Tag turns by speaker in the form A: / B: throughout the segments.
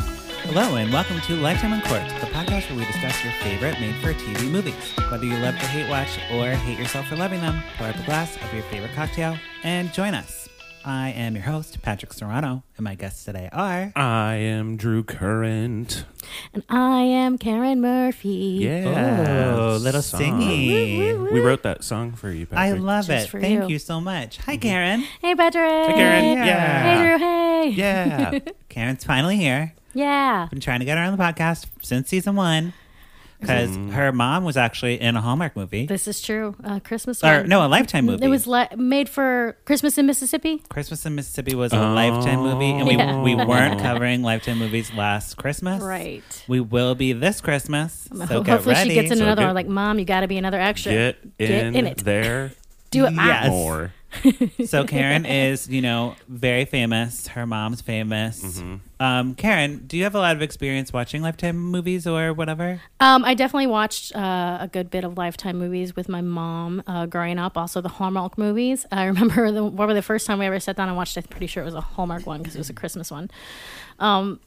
A: Hello, and welcome to Lifetime on Court, the podcast where we discuss your favorite made for TV movies. Whether you love to hate watch or hate yourself for loving them, pour up a glass of your favorite cocktail and join us. I am your host, Patrick Serrano, and my guests today are.
B: I am Drew Current.
C: And I am Karen Murphy.
B: Yeah.
A: Oh, little
B: song.
A: singy.
B: We wrote that song for you,
A: I
B: Patrick.
A: love
C: Just
A: it.
C: for
A: Thank
C: you.
A: you so much. Hi, Karen.
C: Hey, Patrick.
B: Hey, Karen.
A: Yeah.
B: Yeah.
C: Hey, Drew. Hey.
B: Yeah.
A: Karen's finally here.
C: Yeah.
A: Been trying to get her on the podcast since season one because
C: Mm-hmm.
A: her mom was actually in a Hallmark movie.
C: This is true. Uh, Christmas.
A: Or,
C: one.
A: no, a Lifetime movie.
C: It was li- made for Christmas in Mississippi.
A: Christmas in Mississippi was a Lifetime movie, and we,
C: Oh. Yeah.
A: we weren't covering Lifetime movies last Christmas.
C: Right.
A: We will be this Christmas. So
C: Ho-
A: get
C: Hopefully
A: ready.
C: she gets in
B: So
C: another
B: get-
C: one. Like, Mom, you got to be another extra.
B: Get, in,
C: in it.
B: there
C: Do it, Mom.
A: Yes.
B: more.
A: So Karen is, you know, very famous. Her mom's famous.
B: Mm-hmm.
A: Um, Karen, do you have a lot of experience watching Lifetime movies or whatever?
C: Um, I definitely watched uh, a good bit of Lifetime movies with my mom uh, growing up. Also, the Hallmark movies. I remember the what were the first time we ever sat down and watched. I'm pretty sure it was a Hallmark one because it was a Christmas one. Um,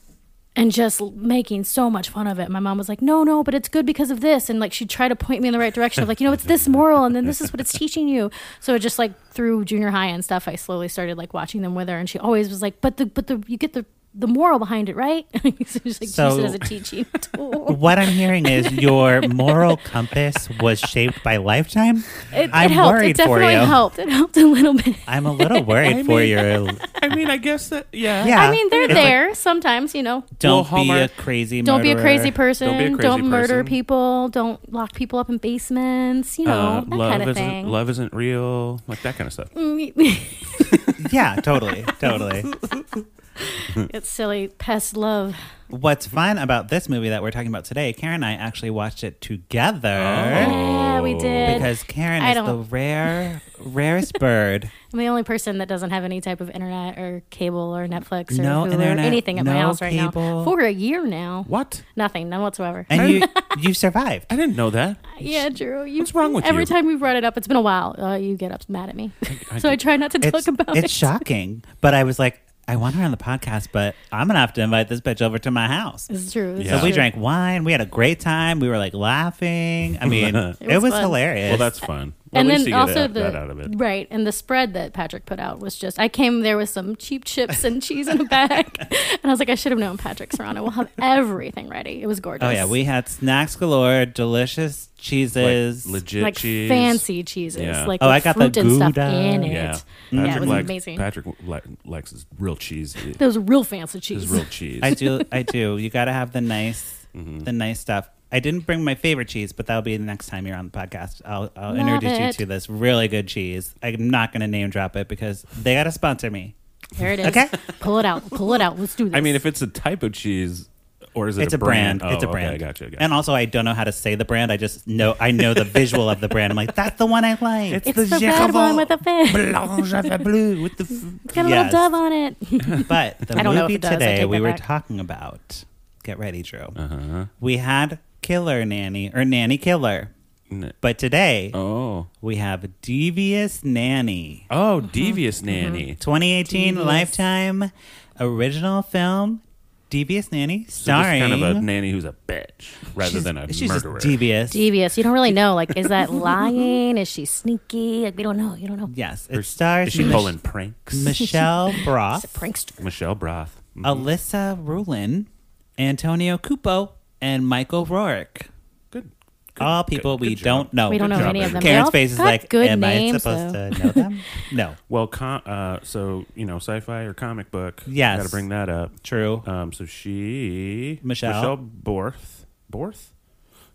C: and just l- making so much fun of it. My mom was like, "No, no, but it's good because of this," and like she tried to point me in the right direction of like, you know, it's this moral, and then this is what it's teaching you. So it just like through junior high and stuff, I slowly started like watching them with her, and she always was like, "But the but the you get the." The moral behind it, right? so just like use
A: So-
C: it as a teaching tool.
A: What I'm hearing is your moral compass was shaped by Lifetime.
C: It,
A: I'm
C: it helped.
A: worried
C: it definitely
A: for you.
C: helped. It helped a little bit.
A: I'm a little worried
B: I
A: for
B: mean-
A: your.
B: I mean, I guess that, yeah.
A: Yeah.
C: I mean, they're
A: It's like,
C: there sometimes, you know.
A: don't
B: Well,
A: be a
B: Hallmark-
A: crazy.
C: Don't be a crazy
A: murderer.
C: person.
B: Don't
C: Don't,
B: be a crazy
C: murder
B: person.
C: people. Don't lock people up in basements. You know
B: Uh,
C: that
B: love
C: kind of
B: isn't
C: thing. Mm,
B: love isn't real, like that kind of stuff.
A: Yeah, totally, totally.
C: it's silly pest love.
A: What's fun about this movie that we're talking about today, Karen and I actually watched it together
C: Yeah, we did.
A: because Karen
C: Oh. I
A: is the
C: don't-
A: rare, rarest bird.
C: I'm the only person that doesn't have any type of internet or cable or Netflix or
A: No
C: Hulu
A: internet,
C: or anything at my
A: no
C: house right
A: cable.
C: now for a year now.
B: What?
C: Nothing, none whatsoever.
A: And you you survived.
B: I didn't know that.
C: yeah, Drew. You,
B: What's wrong with
C: every
B: you?
C: time we've brought it up, it's been a while. Uh, you get up mad at me,
B: I
C: so I try not to
A: It's,
C: talk about
A: it's
C: it.
A: shocking. But I was like, I want her on the podcast, but I'm gonna have to invite this bitch over to my house.
C: This is true. This
B: Yeah.
C: is
A: So we
C: true.
A: drank wine, we had a great time, we were like laughing. I mean it
B: It
A: was,
C: was fun.
A: hilarious.
B: Well, that's fun. Well,
C: and
B: at least you
C: then
B: get
C: also
B: out-
C: the
B: that out of it.
C: right and the spread that Patrick put out was just I came there with some cheap chips and cheese in a bag, and I was like I should have known Patrick Serrano will have everything ready. It was gorgeous.
A: oh yeah, we had snacks galore, delicious cheeses.
B: Like, legit
C: like
B: cheese.
C: fancy cheeses,
B: Yeah.
C: like
A: Oh,
C: with
A: I got the
C: fruit and stuff
A: Gouda.
C: in it.
B: Yeah.
C: Yeah,
B: Patrick
C: it was
B: likes-
C: amazing.
B: Patrick li- likes his real cheese. It
C: That was real fancy
B: is
C: cheese.
B: real cheese.
A: I do. I do. You got to have the nice,
B: Mm-hmm.
A: the nice stuff. I didn't bring my favorite cheese, but that'll be the next time you're on the podcast. I'll, I'll
C: Love
A: introduce you
C: it.
A: to this really good cheese. I'm not going to name drop it because they got to sponsor me.
C: There it is.
A: Okay.
C: pull it out, pull it out. Let's do this.
B: I mean, if it's a type of cheese, or is it
A: It's a brand.
B: Oh,
A: it's a brand.
B: Okay, gotcha, gotcha.
A: And also, I don't know how to say the brand. I just know. I know the visual of the brand. I'm like, that's the one I like.
C: it's the, red one with the fish.
A: Blanche à la bleue with the.
C: It's got a
A: Yes.
C: little dove on it.
A: But the
C: I don't know if
A: movie
C: it does. I
A: today
C: take
A: we
C: that
A: were
C: back.
A: talking about. Get ready, Drew.
B: Uh-huh.
A: We had Killer Nanny or Nanny Killer.
B: N-
A: But today
B: Oh.
A: we have Devious Nanny,
B: Oh,
A: Mm-hmm.
B: Devious Nanny.
A: 2018
C: Devious.
A: Lifetime original film, Devious Nanny,
B: So just
A: starring.
B: kind of a nanny who's a bitch rather than a
A: she's just
B: murderer.
A: devious.
C: Devious. You don't really know. Like, is that lying? Is she sneaky? Like, we don't know. You don't know.
A: yes,
B: Or
A: it stars
B: Is she
A: Mich-
B: pulling pranks?
A: Michelle
C: It's a
A: Broth,
C: prankster.
B: Michelle Broth.
A: Alyssa Rulin, Antonio Cupo, and Michael Rourke.
B: Good. good-
A: All Ah, people
B: good-
A: we
B: good
A: don't
B: job.
A: know.
C: We don't
B: Good
C: know
B: job,
C: any of them.
B: everybody.
C: They
A: Karen's
C: all
A: face is
C: got
A: like,
C: good
A: am I
C: names,
A: supposed
C: though."
A: to know them? no.
B: Well, com- uh, so you know, sci-fi or comic book.
A: Yes.
B: got to bring that up.
A: True.
B: Um, so she
A: Michelle.
B: Michelle Borth Borth,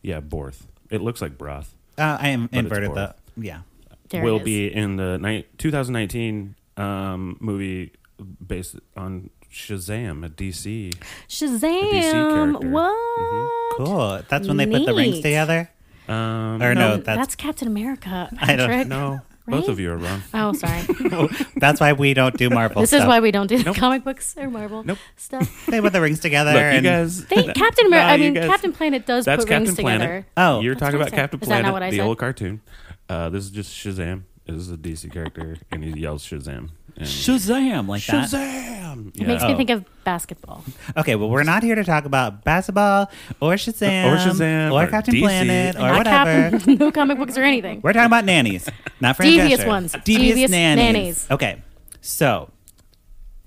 B: yeah Borth. It looks like broth.
A: Uh, I am
B: it's
A: inverted the.
B: both.
A: Yeah.
C: There it
B: will
C: is.
B: be in the ni- 2019 um, movie based on Shazam, a DC.
C: Shazam.
B: character.
C: What?
A: Cool. That's when they put the rings
C: Neat.
A: together?
B: Um,
A: Or no,
C: Um,
A: that's,
C: that's, Captain America.
A: I don't
C: Patrick.
B: no, both
C: Right?
B: of you are wrong.
C: Oh, sorry.
A: that's why we don't do Marvel
C: this
A: stuff.
C: is why we don't do the
B: Nope.
C: comic books or Marvel
B: Nope.
C: stuff.
A: They put the rings together.
B: Look, you
A: and
B: guys.
C: They, Captain America.
B: Nah,
C: I
B: you
C: mean,
B: guys-
C: Captain Planet does
B: That's
C: put
B: Captain
C: rings
B: Planet.
C: together.
A: Oh.
B: you're talking
C: what I
B: about
C: said.
B: Captain
C: Is that not
B: Planet,
C: what I
B: the
C: said?
B: old cartoon. Uh, this is just Shazam. This is a DC character, and he yells Shazam. and
A: Shazam! Like that.
B: Shazam!
C: It makes me
A: Oh.
C: think of basketball.
A: Okay, well, we're not here to talk about basketball or Shazam
B: Or Shazam
A: or
B: or
A: Captain
B: DC.
A: Planet or
C: Not
A: whatever.
C: cap- no comic books or anything.
A: We're talking about nannies, not Fran
C: Devious
A: Drescher.
C: ones.
A: Devious,
C: Devious
A: nannies.
C: nannies.
A: Okay, so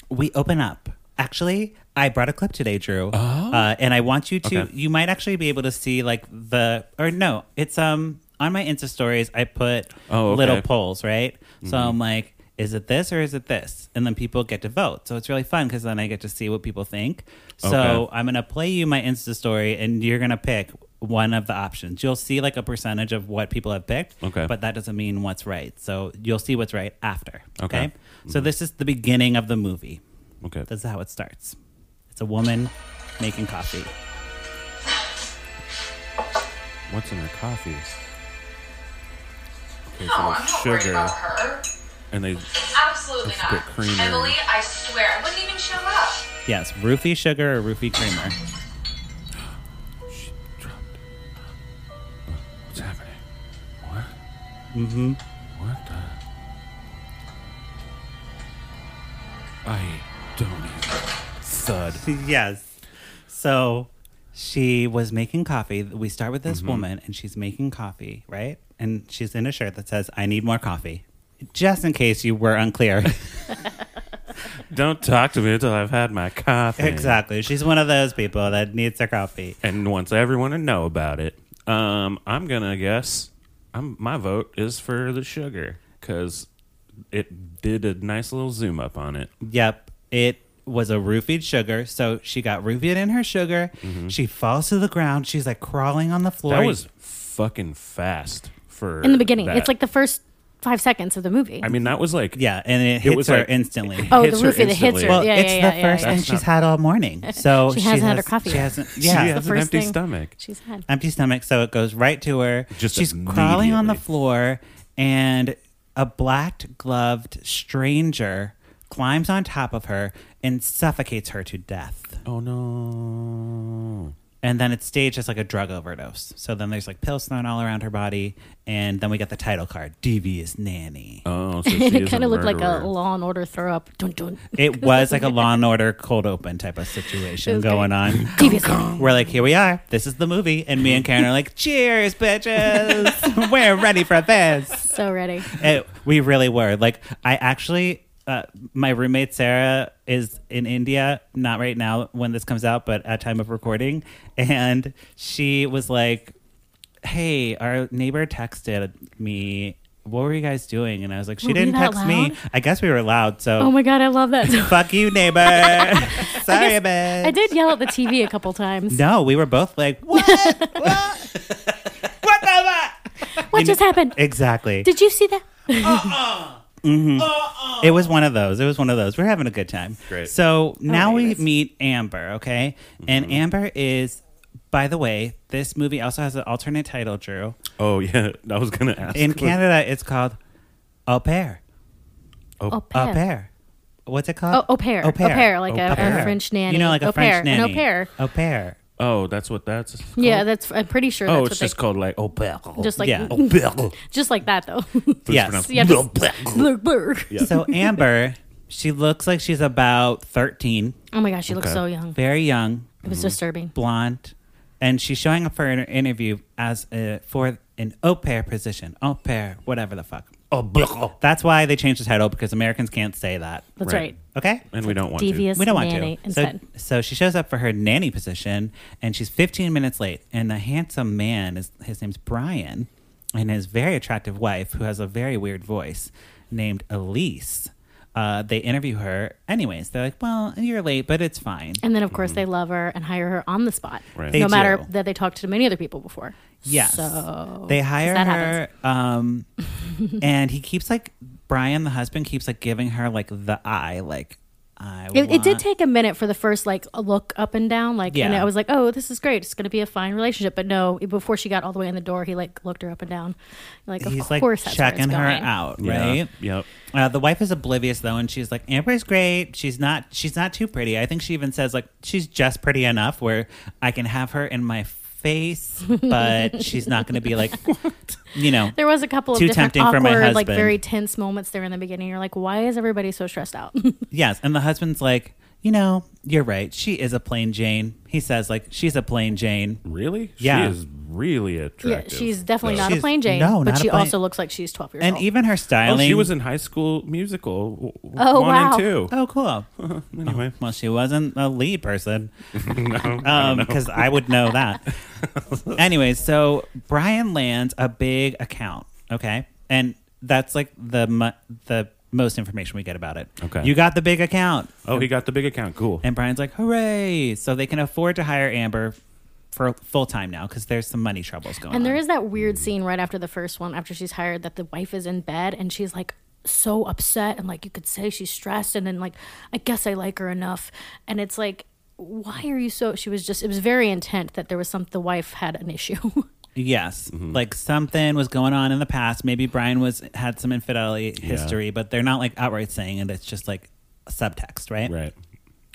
A: we open up. Actually, I brought a clip today, Drew, uh, and I want you to.
B: Oh. Okay.
A: You might actually be able to see like the or no, it's um on my Insta stories. I put
B: Oh, okay. Mm-hmm.
A: little polls, right? So I'm like, is it this or is it this? And then people get to vote, so it's really fun because then I get to see what people think. So
B: Okay.
A: I'm gonna play you my Insta story, and you're gonna pick one of the options. You'll see like a percentage of what people have picked.
B: Okay.
A: But that doesn't mean what's right. So you'll see what's right after. Okay.
B: Okay. Mm-hmm.
A: So this is the beginning of the movie.
B: Okay.
A: This is how it starts. It's a woman making coffee.
B: What's in her coffee? Okay, so
D: No, I'm not
B: there's
D: worried
B: sugar,
D: about her.
B: and they
D: Absolutely
B: Let's
D: not.
B: get creamer.
D: Emily, I swear, I wouldn't even show up.
A: Yes, roofie sugar or roofie creamer.
B: she dropped. What's happening? What? Mm-hmm. What the? I don't even. Thud.
A: yes. So she was making coffee. We start with
B: Mm-hmm.
A: this woman and she's making coffee, right? And she's in a shirt that says, I need more coffee. Just in case you were unclear.
B: Don't talk to me until I've had my coffee.
A: exactly. She's one of those people that needs their coffee.
B: and wants everyone to know about it. Um, I'm gonna guess. I'm my vote is for the sugar because it did a nice little zoom up on it.
A: Yep. It was a roofied sugar. So she got roofied in her sugar. She falls to the ground. She's like crawling on the floor.
B: That was fucking fast for
C: In the beginning, it's
B: that.
C: like the first five seconds of the movie.
B: I mean that was like
A: yeah, and it
B: It
A: hits
B: was
A: her
B: like-
A: instantly.
C: oh,
B: hits
C: the
B: her
C: roofie that hits her.
B: instantly. Well,
C: yeah,
A: it's
C: yeah, yeah,
A: the
C: yeah,
A: first
C: yeah.
A: thing
B: That's
A: she's
B: not-
A: had all morning. So
C: She hasn't
A: has,
C: had her coffee
A: She
C: yet.
A: hasn't.
B: she
A: Yeah,
B: has an
C: first
B: empty
C: thing.
B: stomach.
C: She's had.
A: empty stomach, so it goes right to her.
B: Just
A: she's crawling on the
B: immediately.
A: floor, and a black gloved stranger climbs on top of her and suffocates her to death.
B: Oh no!
A: And then it's staged as like a drug overdose. So then there's like pills thrown all around her body, and then we get the title card, Devious Nanny.
B: Oh, so she
C: it
B: kind of
C: looked like a Law and Order throw up. Dun dun.
A: It was like a Law and Order cold open type of situation
C: was great.
A: going on.
C: Devious.
A: We're like, here we are. This is the movie, and me and Karen are like, cheers, bitches. We're ready for this.
C: so ready.
A: It, Eh, we really were. Like, I actually, uh, my roommate Sarah is in India, not right now when this comes out, but at time of recording, and she was like, "Hey, our neighbor texted me." What were you guys doing? And I was like, she
C: Were we
A: didn't
C: that
A: text me.
C: loud?
A: I guess we were loud. So
C: Oh my god, I love that.
A: fuck you, neighbor. Sorry,
C: guess-
A: bitch.
C: I did yell at the TV a couple times.
A: No, we were both like, what? what? what the fuck?
C: what just happened?
A: Exactly.
C: Did you see that?
A: It was one of those. It was one of those. We're having a good time.
B: Great.
A: So now
C: my
A: we
C: goodness.
A: meet Amber, okay?
B: Mm-hmm.
A: And Amber is, by the way, this movie also has an alternate title, Drew.
B: Oh yeah, I was gonna ask.
A: In
B: what-
A: Canada, it's called Au pair.
C: Au
A: Au
C: pair.
A: pair. What's it called?
C: Oh, au pair. Au pair. like a,
A: Au pair.
C: a French nanny.
A: You know, like a
C: au pair.
A: French nanny.
C: An au pair.
A: Au pair.
B: Oh, that's what that's. Called?
C: Yeah, that's. I'm pretty sure. That's
B: oh,
C: what
B: it's
C: they,
B: just called like au pair.
C: just like
A: yeah.
B: au pair.
C: just like that though.
A: Yes.
C: yeah, just, blur, blur.
A: So Amber, she looks like she's about 13,
C: Oh my gosh, she looks
B: Okay.
C: so young.
A: very young.
C: It was disturbing.
A: blonde, and she's showing up for an interview as a, for an au pair position, au pair, whatever the fuck.
B: Au pair.
A: That's why they changed the title because Americans can't say that.
C: That's
B: Right.
C: right.
A: Okay,
B: And we don't want
C: Devious
A: we don't want
C: nanny
A: to.
C: instead.
A: So, so she shows up for her nanny position, and she's 15 minutes late. And the handsome man is his name's Brian, and his very attractive wife, who has a very weird voice, named Elise. Uh, they interview her anyways. They're like, "Well, you're late, but it's fine."
C: and then of course they love her and hire her on the spot.
B: Right.
A: mm-hmm. They
C: No matter
A: do.
C: that they talked to many other people before.
A: Yes.
C: So
A: they hire
C: that
A: her um and he keeps like Brian the husband keeps like giving her like the eye like I
C: It, it did
A: want-
C: take a minute for the first like a look up and down, like, and
A: Yeah.
C: I was like, "Oh, this is great. It's going to be a fine relationship." But no, before she got all the way in the door, he like looked her up and down, like of
A: he's like
C: course that's where it's
A: checking her
C: going.
A: out,
B: to. Yeah.
A: right?
B: Yep.
A: Uh, the wife is oblivious though, and she's like, "Amber's great. She's not. She's not too pretty. I think she even says like she's just pretty enough where I can have her in my face, but she's not going to be like, you know,
C: There was a couple of
A: Too
C: different
A: tempting for
C: awkward,
A: my
C: like
A: husband.
C: very tense moments there in the beginning. You're like, why is everybody so stressed out?
A: yes. And the husband's like, you know, you're right. She is a plain Jane. He says like, she's a plain Jane.
B: Really?
A: Yeah.
B: She is really
C: yeah,
B: attractive. Oh,
C: she's definitely
B: though.
C: not
A: She's-
C: a plain Jane.
A: no,
C: but
A: not a
C: she
A: plain-
C: also looks like she's 12 years
A: And
C: old.
A: even her
B: Oh,
A: styling.
B: she was in High School Musical. w- w-
C: Oh,
B: one
C: wow.
B: and two.
A: Oh, cool.
B: Anyway,
A: Well, she wasn't a lead person. because I would know that. Anyways, so Brian lands a big account, okay, and that's like the mo- the most information we get about it.
B: Okay.
A: you got the big account,
B: oh, he got the big account. Cool.
A: and Brian's like, "Hooray!" So they can afford to hire Amber for full time now because there's some money troubles going.
C: And there
A: on.
C: is that weird scene right after the first one, after she's hired, that the wife is in bed and she's like so upset and like you could say she's stressed and then like I guess I like her enough. And it's like, why are you so? She was just it was very intent that there was some the wife had an issue.
A: yes,
B: Mm-hmm.
A: like something was going on in the past. Maybe Brian was had some infidelity
B: Yeah.
A: history, but they're not like outright saying it. It's just like subtext, right?
B: Right.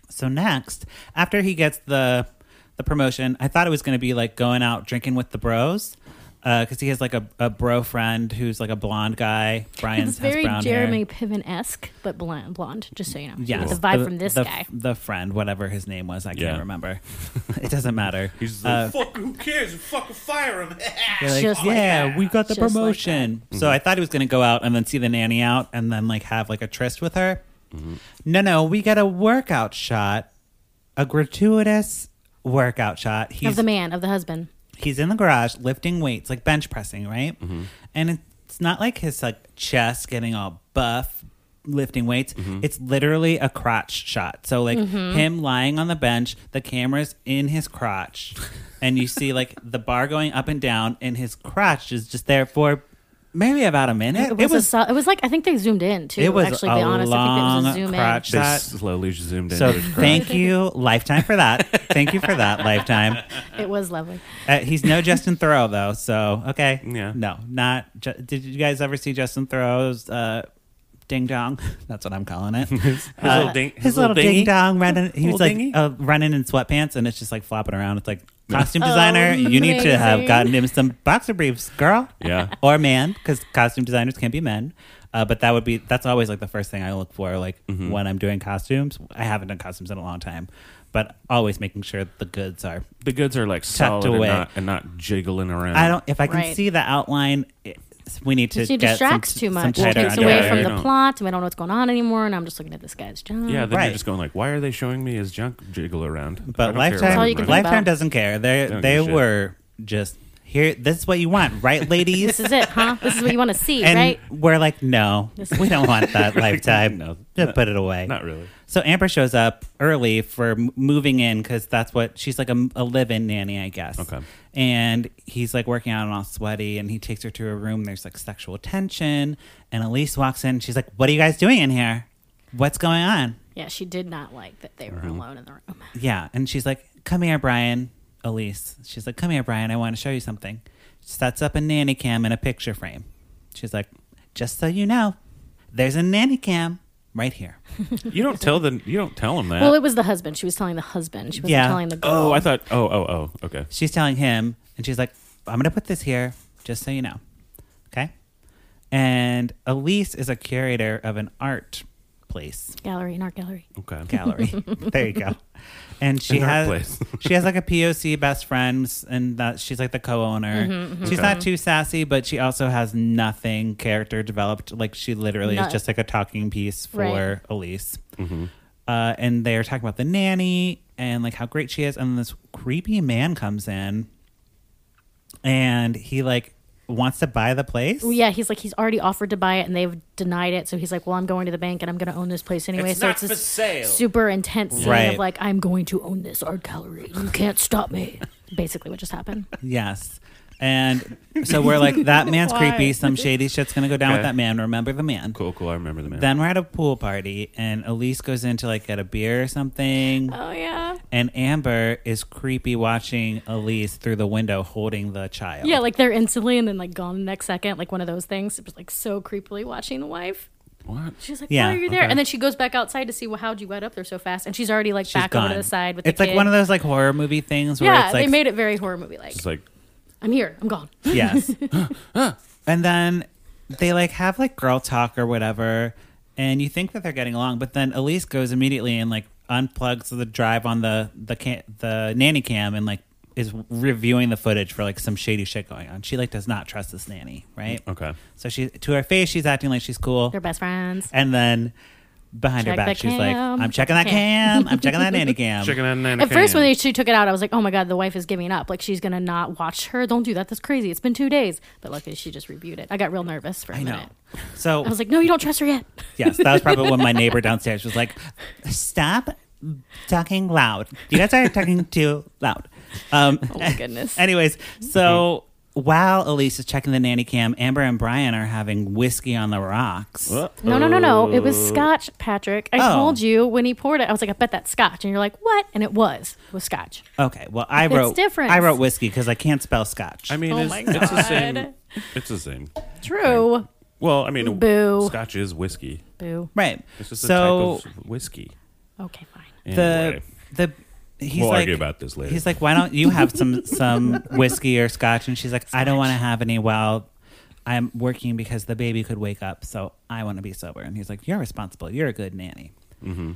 A: So next, after he gets the the promotion, I thought it was going to be like going out drinking with the bros, because he has like a, a bro friend who's like a blonde guy. Brian's
C: it's
A: has
C: very
A: brown
C: Jeremy
A: hair.
C: Piven esque, but blonde, blonde, just so you know.
A: Yes, Uh,
C: The vibe from this
A: the,
C: guy.
A: the friend, whatever his name was, I
B: Yeah.
A: can't remember. it doesn't matter.
B: He's
A: Uh,
B: like, fuck, who cares? You fucking fire him.
A: They're like,
C: Just like
A: yeah,
C: that.
A: we got the
C: Just like
A: promotion. so I thought he was going to go out and then see the nanny out and then like have like a tryst with her. No, no, we got a workout shot, a gratuitous workout shot. He's
C: of the man, of the husband.
A: he's in the garage lifting weights, like bench pressing, right? And it's not like his like chest getting all buff lifting weights. It's literally a crotch shot. So like
C: Mm-hmm.
A: him lying on the bench, the camera's in his crotch, and you see like the bar going up and down, and his crotch is just there for maybe about a minute.
C: It was, a sol- it was like I think they zoomed in too.
A: It was
C: actually,
A: a
C: to be honest, I
A: long
C: think it was a zoom
A: crotch
B: They
A: Shot.
B: slowly zoomed in.
A: so
B: to his crotch.
A: thank you, Lifetime, for that. Thank you for that, Lifetime.
C: in. It was lovely.
A: Uh, he's no Justin Thoreau though, so okay.
B: Yeah.
A: No, not. Ju- did you guys ever see Justin Thoreau's uh, ding dong? That's what I'm calling it. his,
B: His little ding,
A: his little
B: dingy.
A: ding dong running. He was
B: Little
A: like
B: dingy?
A: uh, running in sweatpants, and it's just like flopping around. It's like costume designer, you need to have
C: amazing.
A: gotten him some boxer briefs, girl.
B: Yeah.
A: or man, because costume designers can be men. Uh, but that would be that's always like the first thing I look for, like
B: Mm-hmm.
A: when I'm doing costumes. I haven't done costumes in a long time, but always making sure the goods are
B: The goods are like solid and
A: away.
B: not, and not jiggling around.
A: I don't. If I can
C: Right.
A: see the outline, it, we need to
C: She
A: get
C: distracts
A: some,
C: too
A: Some
C: much. It
A: tighter
C: takes
B: underwear.
C: away from
B: Yeah,
C: the
B: I don't-
C: plot, and I don't know what's going on anymore. And I'm just looking at this guy's job.
B: Yeah, then
A: Right.
B: you're just going like, why are they showing me his junk jiggle around? I
A: But
B: don't care
A: lifetime,
C: all
B: about
C: you can
B: it.
C: think about.
A: lifetime doesn't care. They
B: Don't
A: they
B: give a shit.
A: were just here. This is what you want, right, ladies?
C: This is it, huh? This is what you want to see,
A: and
C: right?
A: we're like, no, we don't want that lifetime.
B: No.
A: just put it away.
B: Not really.
A: So Amber shows up early for m- moving in because that's what she's like a, a live-in nanny, I guess.
B: Okay.
A: And he's like working out and all sweaty, and he takes her to her room. There's like sexual tension, and Elise walks in. She's like, "What are you guys doing in here? What's going on?"
C: Yeah, she did not like that they were
A: Uh-huh.
C: alone in the
A: Uh,
C: room.
A: Yeah, and she's like, "Come here, Brian." Elise, she's like, "Come here, Brian. I want to show you something." She sets up a nanny cam in a picture frame. She's like, "Just so you know, there's a nanny cam right here."
B: You don't tell the you don't tell him that.
C: Well, it was the husband. She was telling the husband. She wasn't
A: Yeah.
C: telling the girl.
B: oh, I thought. Oh, oh, oh. Okay.
A: she's telling him, and she's like, I'm going to put this here just so you know. Okay. And Elise is a curator of an art place
C: gallery in art gallery.
B: Okay.
A: gallery. there you go. And she
B: An art
A: has
B: place.
A: she has like a POC best friends, and that she's like the co-owner. She's not too sassy, but she also has nothing character developed. Like she literally
C: No.
A: is just like a talking piece for
C: Right.
A: Elise.
B: Mm-hmm.
A: Uh, and they're talking about the nanny and like how great she is, and this creepy man comes in, and he like wants to buy the place.
C: Well, yeah, he's like he's already offered to buy it and they've denied it. So he's like, well, I'm going to the bank and I'm going to own this place anyway. so it's this super intense scene
A: Right.
C: of like, I'm going to own this art gallery. You can't stop me. Basically, what just happened.
A: Yes. And so we're like, that man's
B: Why?
A: creepy. Some shady shit's going to go down with
B: Okay.
A: that man. Remember the man.
B: Cool, cool. I remember the man.
A: Then we're at a pool party, and Elise goes in to like get a beer or something.
C: Oh yeah,
A: And Amber is creepy watching Elise through the window holding the child.
C: yeah. Like they're instantly and then like gone the next second. Like one of those things. It was like so creepily watching the wife.
B: What?
C: She's like,
A: Yeah,
C: why are you there?
B: okay.
C: And then she goes back outside to see well, how'd you get up there so fast? And she's already like
A: She's
C: back
A: gone.
C: over to the side with
A: it's
C: the
A: like
C: kid.
A: one of those like horror movie things where
C: yeah,
A: it's like
C: they made it very horror movie like.
B: She's like,
C: I'm here. I'm gone.
A: yes. and then they like have like girl talk or whatever, and you think that they're getting along, but then Elise goes immediately and like unplugs the drive on the the can- the nanny cam and like is reviewing the footage for like some shady shit going on. She like does not trust this nanny, right?
B: okay.
A: So she to her face, she's acting like she's cool.
C: They're best friends.
A: And then behind her
C: Check
A: back,
C: that
A: she's like,
C: cam.
A: I'm checking that cam. I'm checking that nanny cam.
B: Checking out Nana
C: At first,
B: Can.
C: when they, she took it out, I was like, "Oh my god, the wife is giving up. Like she's gonna not watch her. Don't do that. That's crazy. It's been two days." But luckily, she just reviewed it. I got real nervous for a
A: I know.
C: minute.
A: So
C: I was like, "No, you don't trust her yet."
A: yes, that was probably when my neighbor downstairs was like, stop talking loud. You guys are talking too loud. Um,
C: Oh my goodness.
A: anyways, so
B: Mm-hmm.
A: while Elise is checking the nanny cam, Amber and Brian are having whiskey on the rocks.
B: What?
C: No, no, no, no. It was
B: Oh.
C: scotch, Patrick. I
A: Oh.
C: told you when he poured it. I was like, "I bet that's scotch," and you're like, "What?" And it was it was scotch.
A: Okay, well, I wrote
C: different.
A: I wrote whiskey because I can't spell scotch.
B: I mean,
C: Oh
B: it's,
C: my
B: it's the same.
C: God.
B: It's the same.
C: True.
B: Well, I mean,
C: Boo.
B: Scotch is whiskey.
C: Boo.
A: right.
B: It's just
A: so
B: a type of whiskey.
C: Okay, fine.
A: the
B: Anyway,
A: the he's
B: we'll
A: like,
B: argue about this later.
A: He's like, why don't you have some some whiskey or scotch? And she's like, I don't want to have any while I'm working because the baby could wake up, so I want to be sober. And he's like, you're responsible. You're a good nanny.
B: Mm-hmm.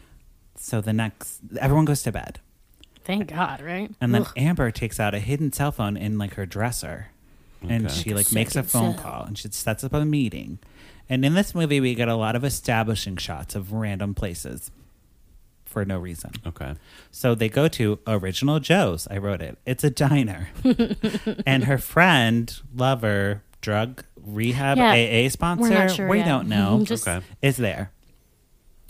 A: So the next, everyone goes to bed,
C: Thank God, right?
A: and then
C: Ugh.
A: Amber takes out a hidden cell phone in like her dresser, and
B: Okay.
A: she
C: Like a
A: like makes a
C: second
A: phone
C: cell.
A: call and she sets up a meeting. And in this movie, we get a lot of establishing shots of random places for no reason.
B: okay.
A: So they go to Original Joe's. I wrote it. It's a diner. and her friend, lover, drug rehab
C: Yeah.
A: AA sponsor,
C: We're not sure
A: we
C: yet.
A: don't
C: Mm-hmm.
A: know,
C: Just-
B: Okay.
A: is there.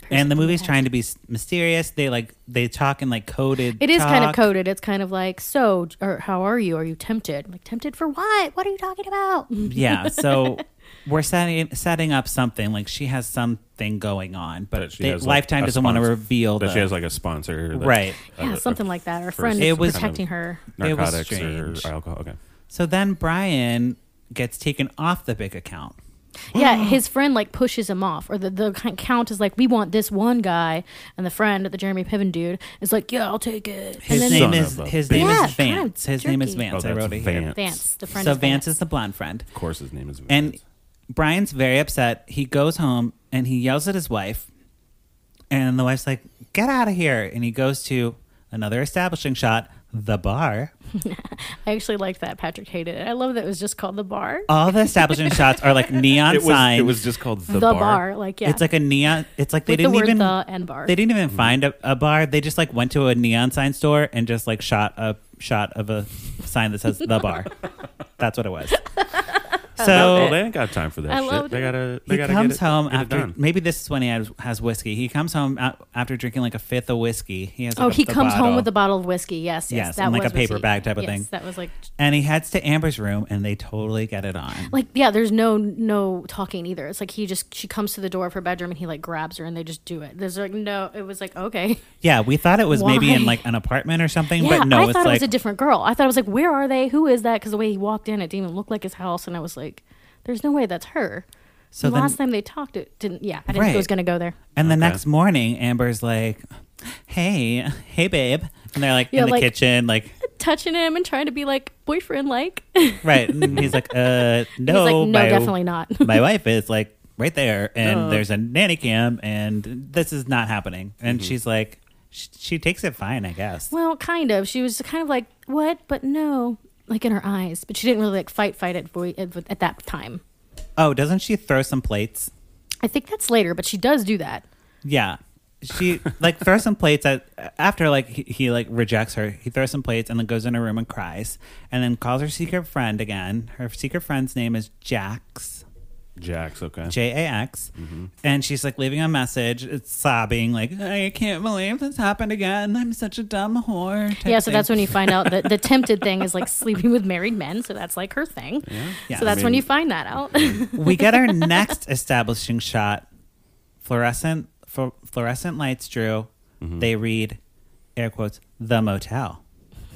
A: And the
C: Person
A: movie's
C: has-
A: trying to be s- mysterious. They like they talk in like coded.
C: It is kind of
A: talk.
C: coded. It's kind of like, so, j- or how are you? Are you tempted? I'm like, tempted for what? What are you talking about? Mm-hmm.
A: Yeah. So we're setting setting up something like she has something going on,
B: That
A: but
B: she
A: they-
B: has, like,
A: Lifetime
B: a
A: doesn't want to
B: sponsor-
A: reveal
B: That
A: the-
B: she has like a sponsor. that's-
A: Right.
C: yeah,
B: uh,
C: something
B: uh,
C: like that. Her
B: for
C: friend
A: It
C: is
A: was-
C: protecting her.
A: It was
B: narcotics or
A: strange.
B: alcohol. Okay.
A: So then Brian gets taken off the big account.
C: yeah, his friend like pushes him off, or the the c- count is like, we want this one guy, and the friend, the Jeremy Piven dude, is like, yeah, I'll take it.
A: His
C: and
A: name
B: Son
A: is
B: of a
A: his
B: bitch.
A: name
C: Yeah,
A: is Vance.
C: kind of
A: His name is
C: jerky.
A: Vance.
B: Oh,
A: I
B: that's
A: wrote it here.
B: Vance.
C: Vance, the friend.
A: so
C: is
A: Vance is the blonde friend.
B: Of course, his name is Vance.
A: And Brian's very upset. He goes home and he yells at his wife. And the wife's like, get out of here. And he goes to another establishing shot, the bar.
C: I actually liked that. Patrick hated it. I love that it was just called the bar.
A: All the establishing shots are like neon
B: it was,
A: signs.
B: it was just called the,
C: the bar. like yeah,
A: It's like a neon. It's like they
C: With the
A: didn't
C: word
A: even.
C: the and bar.
A: They didn't even
B: Mm-hmm.
A: find a, a bar. They just like went to a neon sign store and just like shot a shot of a sign that says the bar. That's what it was. So
B: Oh, they ain't got time for that
C: I
B: shit.
C: loved
B: They
C: it.
B: gotta. They
A: he
B: gotta
A: comes
B: get it,
A: home
B: get it
A: after
B: done.
A: maybe this is when he has, has whiskey. He comes home a- after drinking like a fifth of whiskey. He has like,
C: oh,
A: a-
C: he
A: the
C: comes
A: bottle.
C: home with a bottle of whiskey. Yes, yes,
A: Yes, and like a
C: was
A: paper
C: receipt.
A: bag type of
C: Yes,
A: thing.
C: That was like,
A: and he heads to Amber's room, and they totally get it on.
C: like yeah. There's no no talking either. It's like he just she comes to the door of her bedroom and he like grabs her and they just do it. There's like no. It was like okay.
A: yeah, we thought it was maybe in
C: Why?
A: like an apartment or something,
C: Yeah,
A: but no,
C: I
A: it's
C: thought
A: like
C: it was a different girl. I thought it was like where are they? Who is that? Because the way he walked in, it didn't even look like his house, and I was like, there's no way that's her.
A: so
C: the
A: then,
C: last time they talked, it didn't. Yeah, I didn't think
A: Right.
C: it was gonna go there.
A: and the
B: Okay.
A: next morning, Amber's like, "Hey, hey, babe," and they're like
C: Yeah,
A: in the
C: like-
A: kitchen, like
C: Touching him and trying to be like boyfriend like.
A: right, and he's like, "Uh, no,
C: He's like, no,
A: my-
C: definitely not.
A: my wife is like right there and
C: Oh.
A: there's a nanny cam and this is not happening and she's like she, she takes it fine i guess
C: Well, kind of. She was kind of like, "What?" But no, like in her eyes. But she didn't really like fight fight at vo- at, at that time.
A: oh doesn't she throw some plates
C: I think that's later, but she does do that.
A: yeah she like throws some plates at after like he, he like rejects her he throws some plates and then goes in her room and cries and then calls her secret friend again her secret friend's name is jax
B: Jax. Okay.
A: J-A-X. And she's like leaving a message, it's sobbing, like, I can't believe this happened again. I'm such a dumb whore. type
C: yeah, so
A: thing.
C: that's when you find out that the tempted thing is like sleeping with married men. So that's like her thing.
A: Yeah.
C: so that's
B: I
C: when
B: mean-
C: you find that out.
A: we get our next establishing shot. Fluorescent fl- fluorescent lights drew. They read air quotes the motel.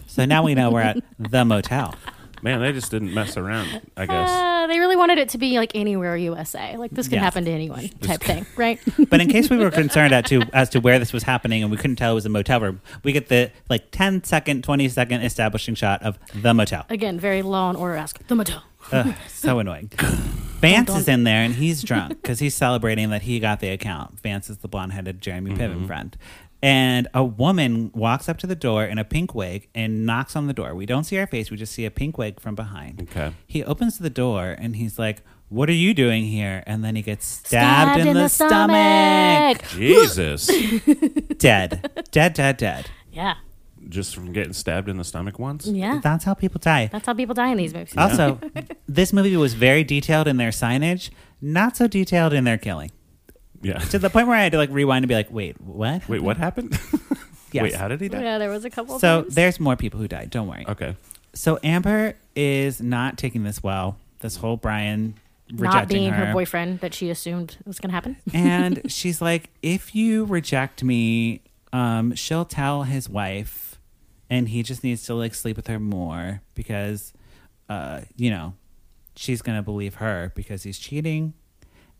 A: So now we know we're at the motel.
B: Man, they just didn't mess around, I guess.
C: Uh, they really wanted it to be like anywhere USA. Like this could
A: Yeah.
C: happen to anyone type thing, right?
A: But in case we were concerned at to, as to where this was happening and we couldn't tell it was a motel room, we get the like 10 second, 20 second establishing shot of the motel.
C: Again, very law and order esque. The motel.
A: Ugh, so annoying. Vance is in there and he's drunk because he's celebrating that he got the account. Vance is the blonde headed Jeremy Piven friend. And a woman walks up to the door in a pink wig and knocks on the door. We don't see her face, we just see a pink wig from behind.
B: Okay.
A: He opens the door and he's like, What are you doing here? And then he gets stabbed, in, the, stomach.
B: Jesus.
A: Dead. Dead, dead, dead.
C: Yeah,
B: just from getting stabbed in the stomach once?
C: yeah.
A: That's how people die.
C: That's how people die in these movies.
A: Also, this movie was very detailed in their signage, not so detailed in their killing.
B: Yeah.
A: to the point where I had to like rewind and be like, wait, what?
B: Wait, what happened?
A: Yes.
B: Wait, how did he die?
C: yeah, there was a couple.
A: So
C: of things.
A: there's more people who died. Don't worry.
B: Okay.
A: So Amber is not taking this well. This whole Brian rejecting
C: not being her. boyfriend that she assumed was going to happen.
A: and she's like, if you reject me, um, she'll tell his wife, and he just needs to like sleep with her more because, uh, you know, she's gonna believe her because he's cheating,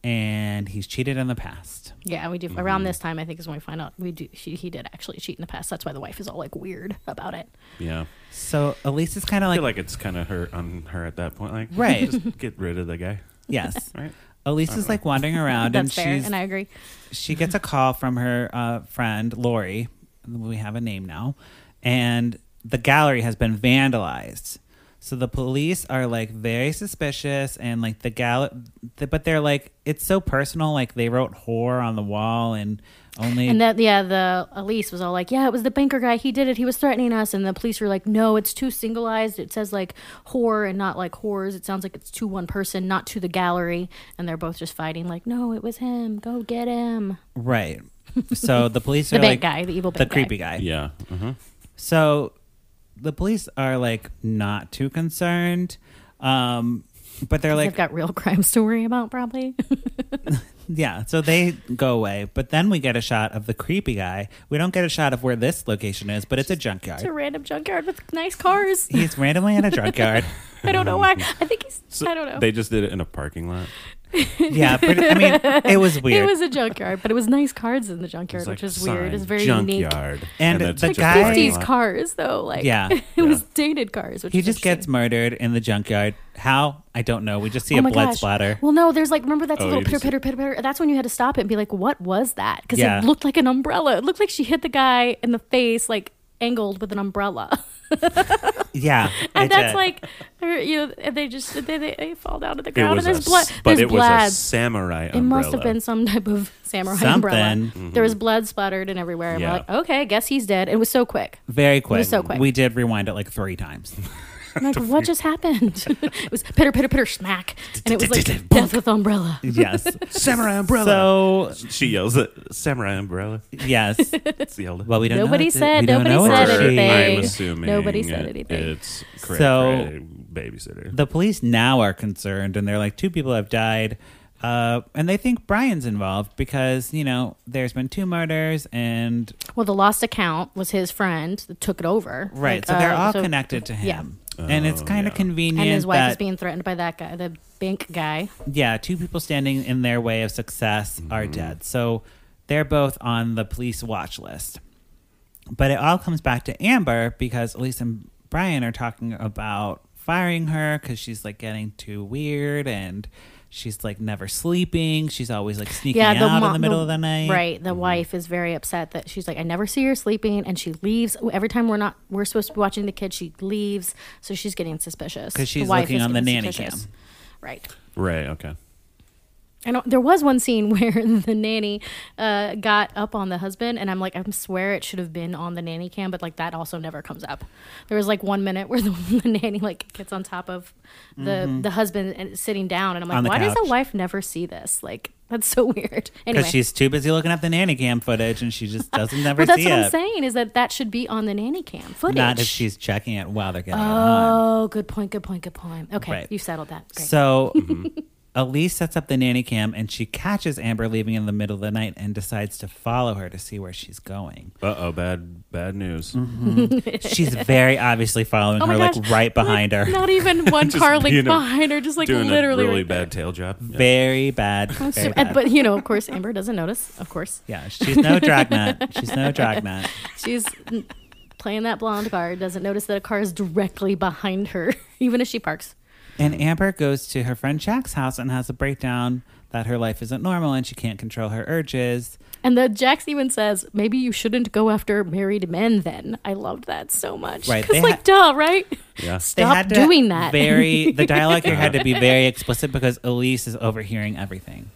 A: and he's cheated in the past.
C: Yeah, we do.
A: Mm-hmm.
C: Around this time, I think is when we find out we do. She, he did actually cheat in the past. That's why the wife is all like weird about it.
B: Yeah.
A: So Elise is kind of
B: I
A: like,
B: feel like it's kind of her on her at that point. Like,
A: Right.
B: Just get rid of the guy,
A: yes.
B: right?
A: Elise is like wandering around, and
C: That's fair,
A: she's
C: and I agree.
A: she gets a call from her uh, friend Lori. We have a name now, and the gallery has been vandalized. So the police are like very suspicious, and like the gallery, but they're like it's so personal. Like they wrote "whore" on the wall, and only
C: And that, yeah, the Elise was all like, "Yeah, it was the banker guy. He did it. He was threatening us." And the police were like, "No, it's too singleized. It says like whore and not like whores. It sounds like it's to one person, not to the gallery." And they're both just fighting, like, "No, it was him. Go get him."
A: right. So the police
C: The
A: are
C: bank
A: like
C: guy, the evil
A: the
C: bank guy.
A: creepy guy.
B: Yeah. Uh-huh.
A: So the police are like not too concerned, um, but they're like
C: They've got real crimes to worry about, probably.
A: Yeah, so they go away, but then we get a shot of the creepy guy. We don't get a shot of where this location is, but it's a
C: it's a
A: junkyard.
C: random junkyard with nice cars.
A: He's randomly in a junkyard.
C: I don't know why. I think he's.
B: So
C: I don't know.
B: They just did it in a parking lot.
A: Yeah, pretty, I mean, it was weird.
C: It was a junkyard, but it was nice cards in the junkyard,
B: It's like
C: which is
B: sign,
C: weird. It's very unique.
B: junkyard.
A: And
B: it's
A: the
B: just a
A: guy-
B: parking
C: 50s
B: lot.
C: cars though like
A: Yeah.
C: it
B: Yeah.
C: was dated cars which
A: he
C: is
A: just gets
C: interesting.
A: murdered in the junkyard. How? I don't know. We just see
C: Oh
A: a
C: my
A: blood
C: gosh.
A: splatter.
C: Well, no, there's like remember that's
B: Oh,
C: a little
B: you
C: pitter
B: just-
C: pitter pitter pitter. That's when you had to stop it and be like, "What was that?" Because
A: Yeah.
C: it looked like an umbrella. It looked like she hit the guy in the face, like angled with an umbrella.
A: Yeah,
C: and
A: it
C: that's
A: did.
C: like, or, you know, and they just they, they, they fall down to the
B: It
C: ground
B: was
C: and
B: a,
C: there's blood.
B: s- but
C: there's
B: it was
C: blood.
B: a samurai
C: It
B: umbrella. Mm-hmm.
C: must have been some type of samurai umbrella.
A: Something.
C: There was blood splattered and everywhere. And
B: Yeah.
C: we're like, okay, guess he's dead. It was so quick.
A: very quick.
C: was so quick.
A: We did rewind it like three times.
C: I'm like, what just happened? it was pitter, pitter, pitter, smack. And it was like death with umbrella.
A: Yes.
B: samurai umbrella.
A: so
B: she yells it. Samurai umbrella.
A: yes.
B: It's yelled. at.
A: Well, we don't. know
C: Nobody
A: if it-
C: said-
A: we don't
C: nobody
A: know if
C: said
A: it's
B: Or
A: true.
C: anything.
B: I'm assuming
C: Nobody said
B: it-
C: anything.
B: It's cray,
A: So-
B: cray babysitter.
A: the police now are concerned and they're like two people have died uh, and they think brian's involved because you know there's been two murders and
C: Well, the lost account was his friend that took it over.
A: right
C: Like,
A: so they're
C: uh,
A: all
C: so-
A: connected to
C: yeah.
A: him and it's
B: Oh,
A: kind of
B: yeah.
A: convenient
C: And his wife
A: that,
C: is being threatened by that guy, the bank guy.
A: yeah two people standing in their way of success are dead so they're both on the police watch list but it all comes back to amber because elise and brian are talking about firing her because she's like getting too weird and she's like never sleeping she's always like sneaking
C: Yeah, the
A: out in
C: mo-
A: the middle of the night Mm-hmm.
C: Right. The wife is very upset that she's like, I never see her sleeping, and she leaves every time we're not we're supposed to be watching the kids. She leaves, so she's getting suspicious
A: 'Cause
C: The
A: she's
C: wife
A: looking
C: is
A: on the
C: getting
A: nanny
C: suspicious.
A: cam.
C: Right.
B: Right. Okay.
C: I know there was one scene where the nanny uh, got up on the husband, and I'm like, I swear it should have been on the nanny cam, but like that also never comes up. There was like one minute where the, the nanny like gets on top of the the husband and sitting down, and I'm
A: On
C: like,
A: the
C: why does
A: couch.
C: the wife never see this? Like that's so weird. Anyway,
A: because she's too busy looking up the nanny cam footage and she just doesn't never
C: but that's
A: see
C: what
A: it
C: I'm saying is that that should be on the nanny cam footage.
A: not if she's checking it while they're getting it on
C: oh, good point, good point, good point. Okay,
A: Right.
C: you settled that. Great.
A: so Elise sets up the nanny cam and she catches Amber leaving in the middle of the night and decides to follow her to see where she's going.
B: Uh oh, bad bad news.
A: Mm-hmm. She's very obviously following
C: Oh my
A: her,
C: gosh.
A: like right behind
C: Like,
A: her.
C: Not even one
B: Just
C: car length
B: being a-
C: behind her, just like
B: Doing a
C: literally.
B: really
C: right there.
B: bad tail job. Yeah.
A: Very bad. very
C: So-
A: bad.
C: But you know, of course, Amber doesn't notice. Of course,
A: yeah, she's no dragnet. She's no dragnet.
C: she's n- playing that blonde card. Doesn't notice that a car is directly behind her, even if she parks.
A: And Amber goes to her friend Jack's house and has a breakdown that her life isn't normal and she can't control her urges.
C: And the Jax even says, "Maybe you shouldn't go after married men." Then I loved that so much.
A: Right,
C: Because
A: they
C: like, duh, right?
B: Yeah.
A: They
C: Stop
A: had to
C: doing that.
A: Very the dialogue here had to be very explicit because Elise is overhearing everything.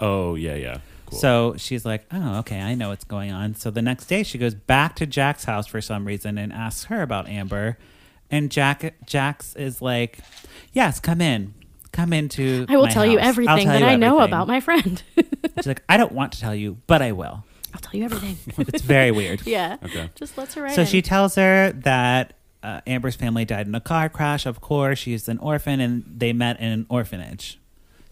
B: Oh yeah, yeah. Cool.
A: So she's like, "Oh, okay, I know what's going on." So the next day, she goes back to Jack's house for some reason and asks her about Amber, and Jack Jax is like, "Yes, come in, come into."
C: I will
A: my
C: tell you
A: house. I'll
C: everything
A: tell
C: that
A: you
C: I know
A: everything."
C: about my friend.
A: She's like, "I don't want to tell you, but I will."
C: I'll tell you everything.
A: It's very weird.
C: yeah.
B: Okay.
C: Just lets her right
A: So
C: in.
A: she tells her that uh, Amber's family died in a car crash. Of course, she's an orphan, and they met in an orphanage.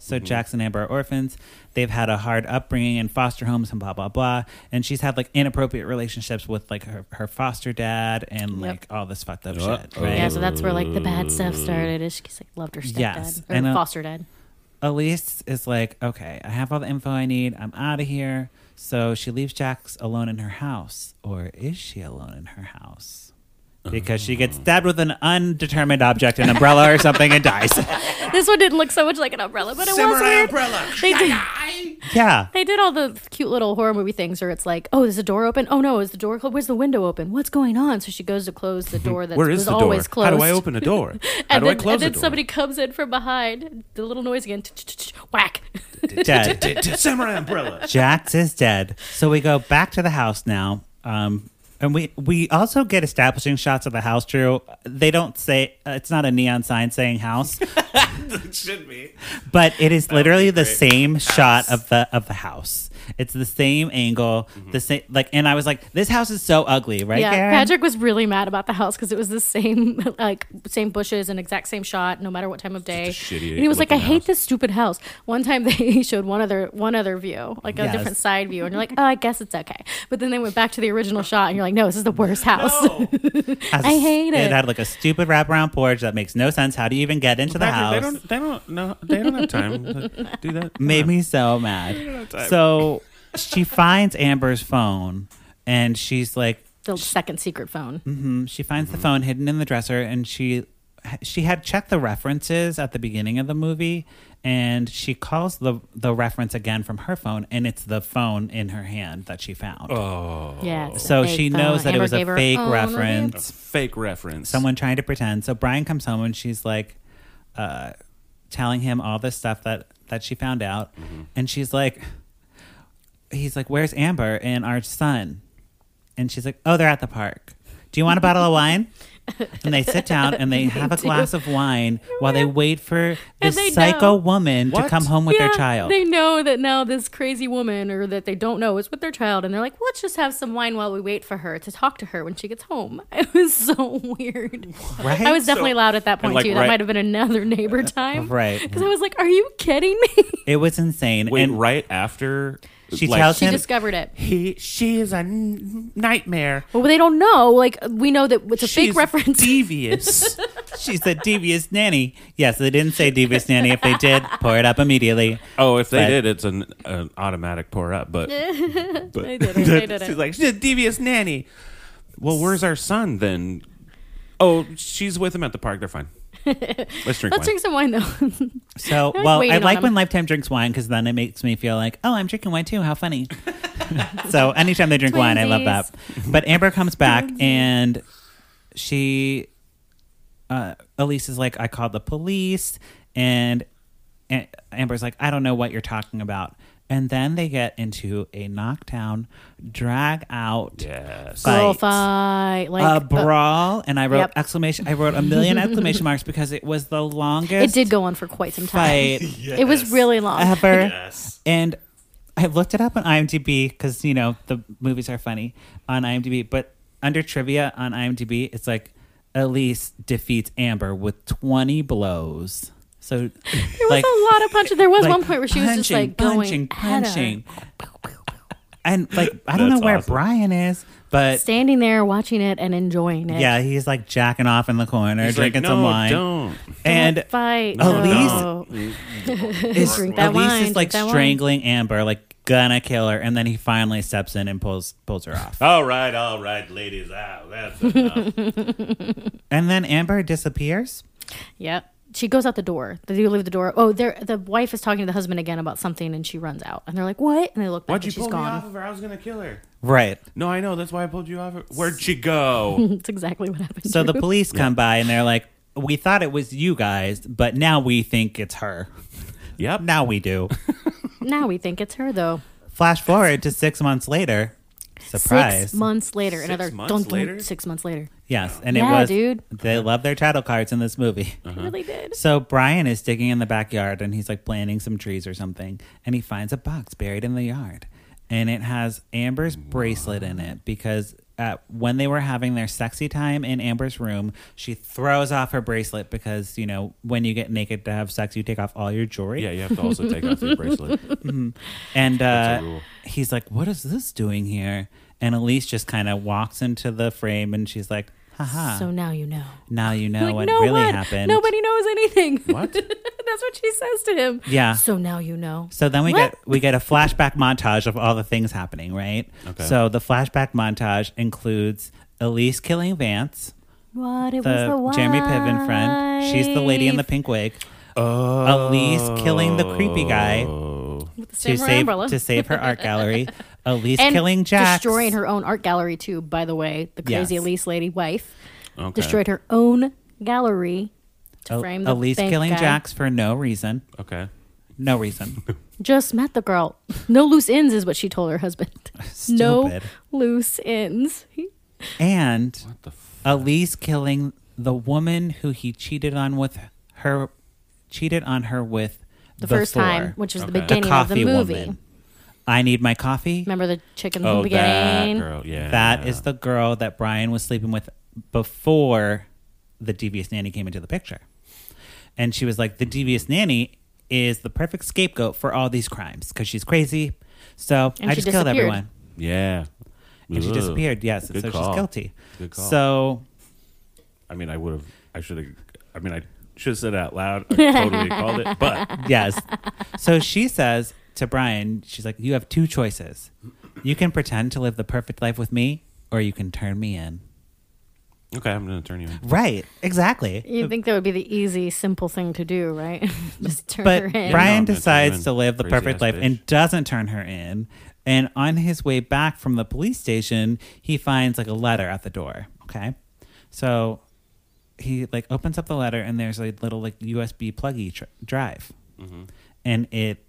A: So Jax and Amber are orphans. They've had a hard upbringing in foster homes and blah blah blah. And she's had like inappropriate relationships with like her, her foster dad and like all this fucked up shit.
B: Uh-oh.
A: Right?
C: Yeah, so that's where like the bad stuff started. Is she's like loved her stepdad
A: Yes,
C: or
A: and, uh,
C: foster dad.
A: Elise is like, okay, I have all the info I need. I'm out of here. So she leaves Jax alone in her house. Or is she alone in her house? Because she gets stabbed with an undetermined object, an umbrella or something, and dies.
C: This one didn't look so much like an umbrella, but it was weird. They did,
A: yeah.
C: they did all the cute little horror movie things where it's like, oh, there's a door open. Oh no, is the door closed? Where's the window open? What's going on? So she goes to close the door that
B: Where
C: was
B: is the door?
C: always closed.
B: How do I open a door? How
C: and
B: do
C: then,
B: I close
C: and
B: a
C: then
B: door?
C: somebody comes in from behind. The little noise again. Whack.
A: Dead.
B: Samurai umbrella.
A: Jax is dead. So we go back to the house now. Um, and we, we also get establishing shots of the house, Drew. They don't say, uh, it's not a neon sign saying house,
B: It should be.
A: but it is literally the
B: great.
A: same shot of the of the house. It's the same angle,
B: Mm-hmm.
A: the same like. And I was like, "This house is so ugly, right,
C: yeah,
A: Karen?"
C: Patrick was really mad about the house because it was the same, like same bushes and exact same shot, no matter what time of day.
B: Just a shitty
C: And he was like, "I
B: looking
C: hate
B: house."
C: this stupid house." One time they showed one other one other view, like a
A: Yes.
C: different side view, and you're like, "Oh, I guess it's okay." But then they went back to the original shot, and you're like, "No, this is the worst house."
A: Has-
C: I hate
A: It
C: it.
A: had like a stupid wraparound porch that makes no sense. How do you even get into the house?
B: They don't. They don't. No. They don't have time to do that.
A: made me so mad. So she finds Amber's phone, and she's like,
C: the second secret phone.
B: Mm-hmm.
A: Mm, she finds the phone hidden in the dresser and she she had checked the references at the beginning of the movie and she calls the the reference again from her phone and it's the phone in her hand that she found
C: Yeah. it's a
A: so
C: fake
A: she
C: phone.
A: knows that
C: uh, Amber
A: it was a
C: gave her
A: fake
C: own review.
A: reference
B: Fake reference.
A: someone trying to pretend so brian comes home and she's like uh, telling him all this stuff that that she found out
C: Mm-hmm.
A: and she's like he's like where's amber and our son and she's like oh they're at the park do you want a bottle of wine and they sit down and they have a glass of wine while they wait for
C: And
A: this
C: they
A: psycho
C: know.
A: woman to
B: What?
A: come home with their
C: Yeah,
A: child
C: They know that now this crazy woman, or that they don't know, is with their child, and they're like, "Let's just have some wine while we wait for her to talk to her when she gets home." It was so weird.
A: right
C: I was definitely loud at that point
B: like,
C: too. That
B: right-
C: might have been another neighbor time,
A: Right.
C: Because I was like, "Are you kidding me?"
A: it was insane
B: Wait,
A: and
B: right after
A: She tells
C: she
A: him-
C: discovered it.
B: he, she is a n- nightmare.
C: Well, they don't know. Like we know that it's a
B: She's
C: fake reference.
B: Devious.
A: she's a devious nanny yes they didn't say devious nanny if they did pour it up immediately
B: oh, if they
A: But-
B: did, it's an, an automatic pour up. But, but
C: They did it. They did
B: she's
C: it.
B: like, she's a devious nanny. Well, where's our son then? Oh, she's with him at the park. They're fine. Let's drink
C: Let's
B: wine.
C: drink some wine though.
A: So,
C: was
A: well,
C: waiting
A: I
C: on
A: like
C: him.
A: when Lifetime drinks wine because then it makes me feel like, oh, I'm drinking wine too. How funny. so, anytime they drink wine, I love that. But Amber comes back and she, uh, Elise is like, I called the police. And A- Amber's like, I don't know what you're talking about. And then they get into a knockdown, drag out
B: yes.
A: But-
C: Girl
A: Fight.
C: fight,
A: a
C: like uh, but
A: brawl. And I wrote
C: Yep.
A: exclamation, I wrote a million exclamation marks because it was the longest
C: it did go on for quite some time.
A: fight
C: It was really long.
A: ever. And I looked it up on IMDb because you know the movies are funny on IMDb. But under trivia on IMDb, it's like Elise defeats Amber with twenty blows. So
C: There was a lot of punching. There was
A: like,
C: one point where she was just like
A: punching,
C: going
A: punching, and like I don't know
B: That's
A: where
B: awesome.
A: Brian is, but
C: standing there watching it and enjoying it.
A: yeah, he's like jacking off in the corner,
B: He's like,
A: drinking some
B: "No,
A: wine,
B: Don't.
A: and Oh,
C: fight.
A: No,
C: Elise,
A: no. is,
C: Drink that
A: Elise
C: wine,
A: is like
C: drink that wine.
A: strangling Amber, like gonna kill her, and then he finally steps in and pulls pulls her off,
B: All right, all right, ladies. Ah, that's enough.
A: and then Amber disappears.
C: Yep. She goes out the door. They do leave the door. Oh, there. The wife is talking to the husband again about something, and she runs out. And they're like, "What?" And they look back,
B: Why'd you
C: and she's
B: pull me off
C: gone.
B: of her? I was gonna kill her.
A: Right.
B: No, I know. That's why I pulled you off. Her. Where'd she go?
C: That's exactly what happened.
A: So the
C: Drew.
A: police come by and they're like, "We thought it was you guys, but now we think it's her.
B: yep.
A: Now we do."
C: now we think it's her though.
A: Flash forward to six months later. Surprise.
C: Six months later,
B: Six
C: another
B: months
C: dun, dun,
B: later?
C: Six months later,
A: Yes, and it
C: Yeah,
A: was.
C: dude. Uh-huh.
A: They love their title cards in this movie.
C: they really did.
A: So Brian is digging in the backyard and he's like planting some trees or something, and he finds a box buried in the yard, and it has Amber's bracelet in it because. Uh, when they were having their sexy time in Amber's room, she throws off her bracelet because, you know, when you get naked to have sex, you take off all your jewelry.
B: Yeah, you have to also take off your bracelet.
A: And
B: That's a
A: uh,
B: rule.
A: he's like, "What is this doing here?" And Elise just kind of walks into the frame, and she's like, "Haha!
C: So now you know.
A: now you know
C: Like,
A: what
C: no
A: really
C: one-
A: happened."
C: Nobody knows anything.
B: What?
C: That's what she says to him.
A: Yeah.
C: So now you know.
A: So then we
C: What?
A: get we get a flashback montage of all the things happening, right?
B: Okay.
A: So the flashback montage includes Elise killing Vance,
C: What it
A: the,
C: was the
A: Jeremy Piven friend. She's the lady in the
C: wife
A: pink wig. Oh. Elise killing the creepy guy
B: Oh.
C: with the
A: to
C: samurai
A: save
C: umbrella.
A: to save her art gallery. Elise
C: and
A: killing Jack.
C: destroying her own art gallery too. By the way, the crazy
A: Yes.
C: Elise lady wife
B: Okay.
C: destroyed her own gallery to
A: El-
C: frame the
A: Elise
C: bank
A: killing
C: guy.
A: Jax for no reason.
B: Okay.
A: No reason.
C: Just met the girl. No loose ends is what she told her husband. No
A: Stupid.
C: loose ends. He-
A: And
B: What the f-
A: Elise killing the woman who he cheated on with her cheated on her with
C: The first time, which was the
B: Okay. The
C: beginning of the movie.
A: I need my coffee.
C: Remember the chick in the
B: Oh, that
C: beginning?
B: girl. Yeah.
A: That is the girl that Brian was sleeping with before the devious nanny came into the picture. And she was like, The devious nanny is the perfect scapegoat for all these crimes because she's crazy. So
C: And
A: I
C: she
A: just killed
C: disappeared.
A: everyone.
B: Yeah.
A: And she
B: Ugh.
A: disappeared. Yes.
B: Good
A: so
B: call.
A: she's guilty.
B: Good call.
A: So
B: I mean, I would have. I should have. I mean, I should have said it out loud. I totally called it. But
A: yes. So she says to Brian, she's like, You have two choices. You can pretend to live the perfect life with me, or you can turn me in.
B: okay, I'm gonna turn you in.
A: Right. Exactly.
C: You'd think that would be the easy, simple thing to do, right? Just turn her
A: But
C: in.
A: Brian
B: I'm gonna turn
A: decides
B: in.
A: to live the
B: Crazy
A: perfect
B: ass
A: life
B: bitch.
A: and doesn't turn her in. And on his way back from the police station, he finds like a letter at the door. Okay. So he like opens up the letter and there's a little like USB pluggy tr- drive.
B: Mm-hmm.
A: And it,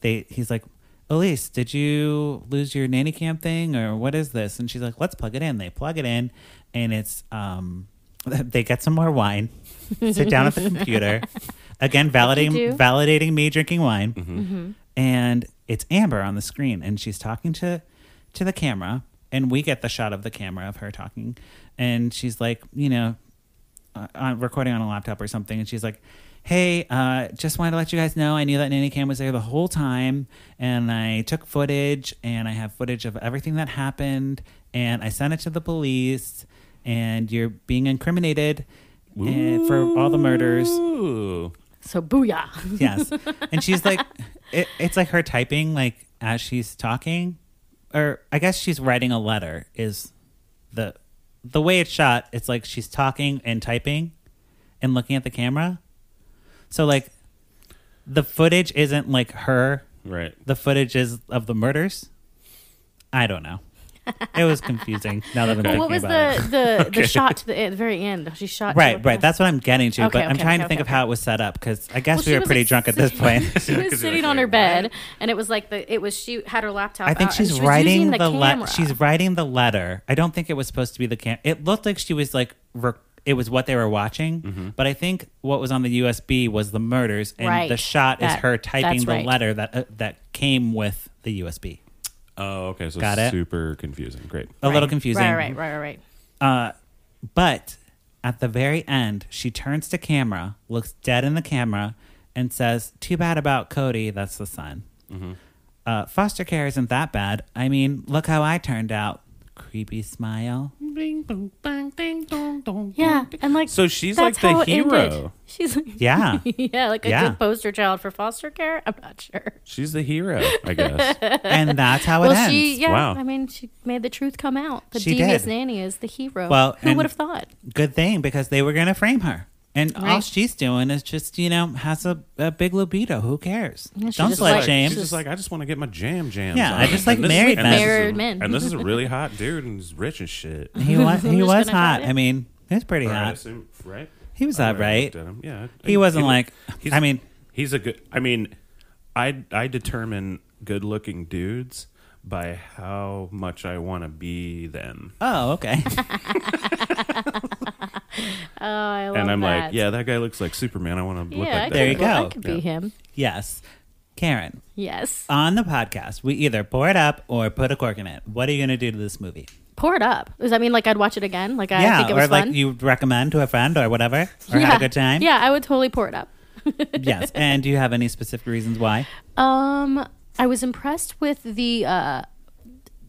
A: they, he's like, Elise, did you lose your nanny cam thing or what is this? And she's like, let's plug it in. They plug it in and it's, um, they get some more wine, sit down at the computer, again,
C: do.
A: validating, validating me drinking wine and it's amber on the screen and she's talking to to the camera and we get the shot of the camera of her talking and she's like you know uh, on recording on a laptop or something and she's like hey uh, just wanted to let you guys know i knew that nanny cam was there the whole time and i took footage and i have footage of everything that happened and i sent it to the police and you're being incriminated and for all the murders
B: Ooh.
C: So booyah.
A: Yes. And she's like, it, it's like her typing, like as she's talking, or I guess she's writing a letter. Is the the way it's shot? It's like she's talking and typing, and looking at the camera. So like, the footage isn't like her.
B: Right.
A: The footage is of the murders. I don't know. It was confusing. Now that I'm thinking
C: What was
A: about
C: the
A: it.
C: the, the shot to the, at the very end? She shot. to
A: Right,
C: the-
A: right. That's what I'm getting to, but
C: Okay,
A: I'm
C: okay,
A: trying
C: okay,
A: to think
C: okay,
A: of how it was set up because I guess
C: Well, she
A: we were
C: was,
A: pretty
C: like,
A: drunk at this
C: sitting-
A: point.
C: she was sitting on her bed, and it was like the it was she had her laptop.
A: I think
C: out, and
A: she's
C: she was
A: writing
C: using
A: the, le-
C: camera.
A: she's writing the letter. I don't think it was supposed to be the cam. It looked like she was like re- it was what they were watching, but I think what was on the USB was the murders, and
C: Right.
A: the shot is
C: That-
A: her typing
C: that's
A: the
C: right.
A: letter that uh, that came with the USB.
B: Oh, okay. So
A: Got it. Oh.
B: super confusing. Great.
A: A little confusing,
C: Right, right, right, right, right.
A: But at the very end, she turns to camera, looks dead in the camera, and says, Too bad about Cody, that's the son. Uh, foster care isn't that bad. I mean, look how I turned out. Creepy smile.
C: Yeah, and like
B: So she's
C: that's
B: like the
C: how it ended.
B: hero.
C: She's like,
A: Yeah.
C: yeah, like a
A: Yeah.
C: good poster child for foster care. I'm not sure.
B: She's the hero, I guess.
A: and that's how it
C: well,
A: ends.
C: she yeah.
B: Wow.
C: I mean, she made the truth come out. The
A: She
C: devious
A: did.
C: nanny is the hero.
A: Well,
C: who
A: and-
C: would have thought?
A: Good thing because they were going to frame her. And all
C: Right.
A: she's doing is just, you know, has a, a big libido. Who cares?
C: Yeah, she
A: Don't
C: just
A: slut
C: like-
A: shame.
B: She's just like, I just want to get my jam jam.
A: Yeah, I just like married men.
C: Married men.
B: And this is a really hot dude and he's rich as shit.
A: He was, he
C: just
A: was
C: gonna cut
A: hot.
C: it.
A: I mean, he was pretty
B: Or I
A: hot.
B: assume- right?
A: He was
B: I
A: all
B: never
A: right.
B: looked at him. Yeah.
A: He wasn't like-
B: he's-
A: I mean-
B: he's a good. I mean, I I determine good looking dudes by how much I want to be them,
A: Oh, okay.
C: Oh, I love
B: and I'm
C: that.
B: like, yeah, that guy looks like Superman. I want to
C: yeah.
B: look
C: I
B: like that.
A: There you
C: could- well,
A: go.
C: That could be
B: Yeah.
C: him.
A: yes. Karen,
C: Yes.
A: on the podcast, we either pour it up or put a cork in it. What are you going to do to this movie?
C: Pour it up. Does that mean like I'd watch it again? Like I
A: yeah,
C: think it
A: or
C: was
A: like
C: fun.
A: you recommend to a friend or whatever, or
C: yeah.
A: have a good time.
C: Yeah, I would totally pour it up.
A: yes. And do you have any specific reasons why?
C: Um, I was impressed with the uh,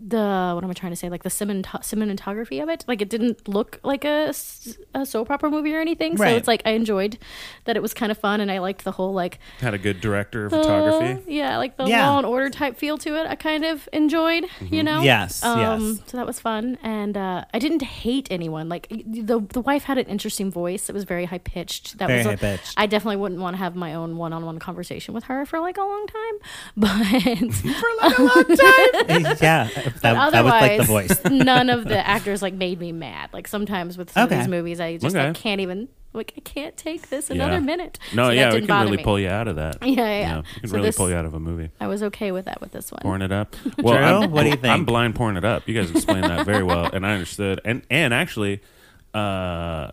C: the what am I trying to say? Like the cinemat- cinematography of it. Like it didn't look like a, s- a soap opera movie or anything.
A: Right.
C: So it's like I enjoyed that it was kind of fun, and I liked the whole like
B: Had a good director of
C: uh,
B: photography.
C: yeah, like the
A: Yeah.
C: Law and Order type feel to it. I kind of enjoyed.
B: Mm-hmm.
C: You know. Um,
A: Yes, yes.
C: So that was fun, and uh, I didn't hate anyone. Like y- the the wife had an interesting voice. It was very high pitched. That
A: Very
C: was a-
A: high-pitched.
C: I definitely wouldn't want to have my own one on one conversation with her for like a long time, but.
A: yeah. That, that was like the voice.
C: none of the actors like made me mad. Like sometimes with some
A: Okay.
C: of these movies, I just
B: Okay.
C: like, can't even like I can't take this
B: Yeah.
C: another minute.
B: No,
C: So that
B: yeah, we
C: didn't
B: can
C: bother
B: really
C: me.
B: pull you out of that.
C: Yeah, yeah, yeah.
B: we can
C: So
B: really
C: this-
B: pull you out of a movie.
C: I was okay with that with this one.
B: pouring it up. Well,
A: Drew,
B: I'm,
A: what do you
B: I'm
A: think?
B: blind pouring it up. You guys explained that very well, and I understood. And and actually, uh,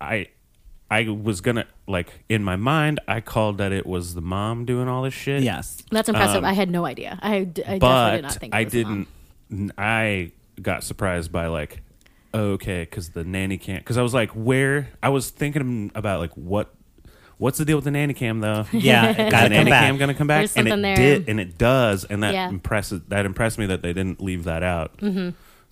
B: I I was gonna like in my mind, I called that it was the mom doing all this shit.
A: Yes.
C: That's impressive. I had no idea. I, d- I definitely did not
B: Um, but
C: think. it
B: I
C: was the mom.
B: didn't. n- I got surprised by like okay, because the nanny cam. Because I was like, where? I was thinking about like what. What's the deal with the nanny cam though?
A: Yeah.
B: Is the
A: Gotta come
B: nanny cam
A: back.
B: gonna come back?
C: There's
B: and it
C: something there.
B: did, and it does, and that
C: Yeah. Mm-hmm.
B: impresses that impressed me that they didn't leave that out.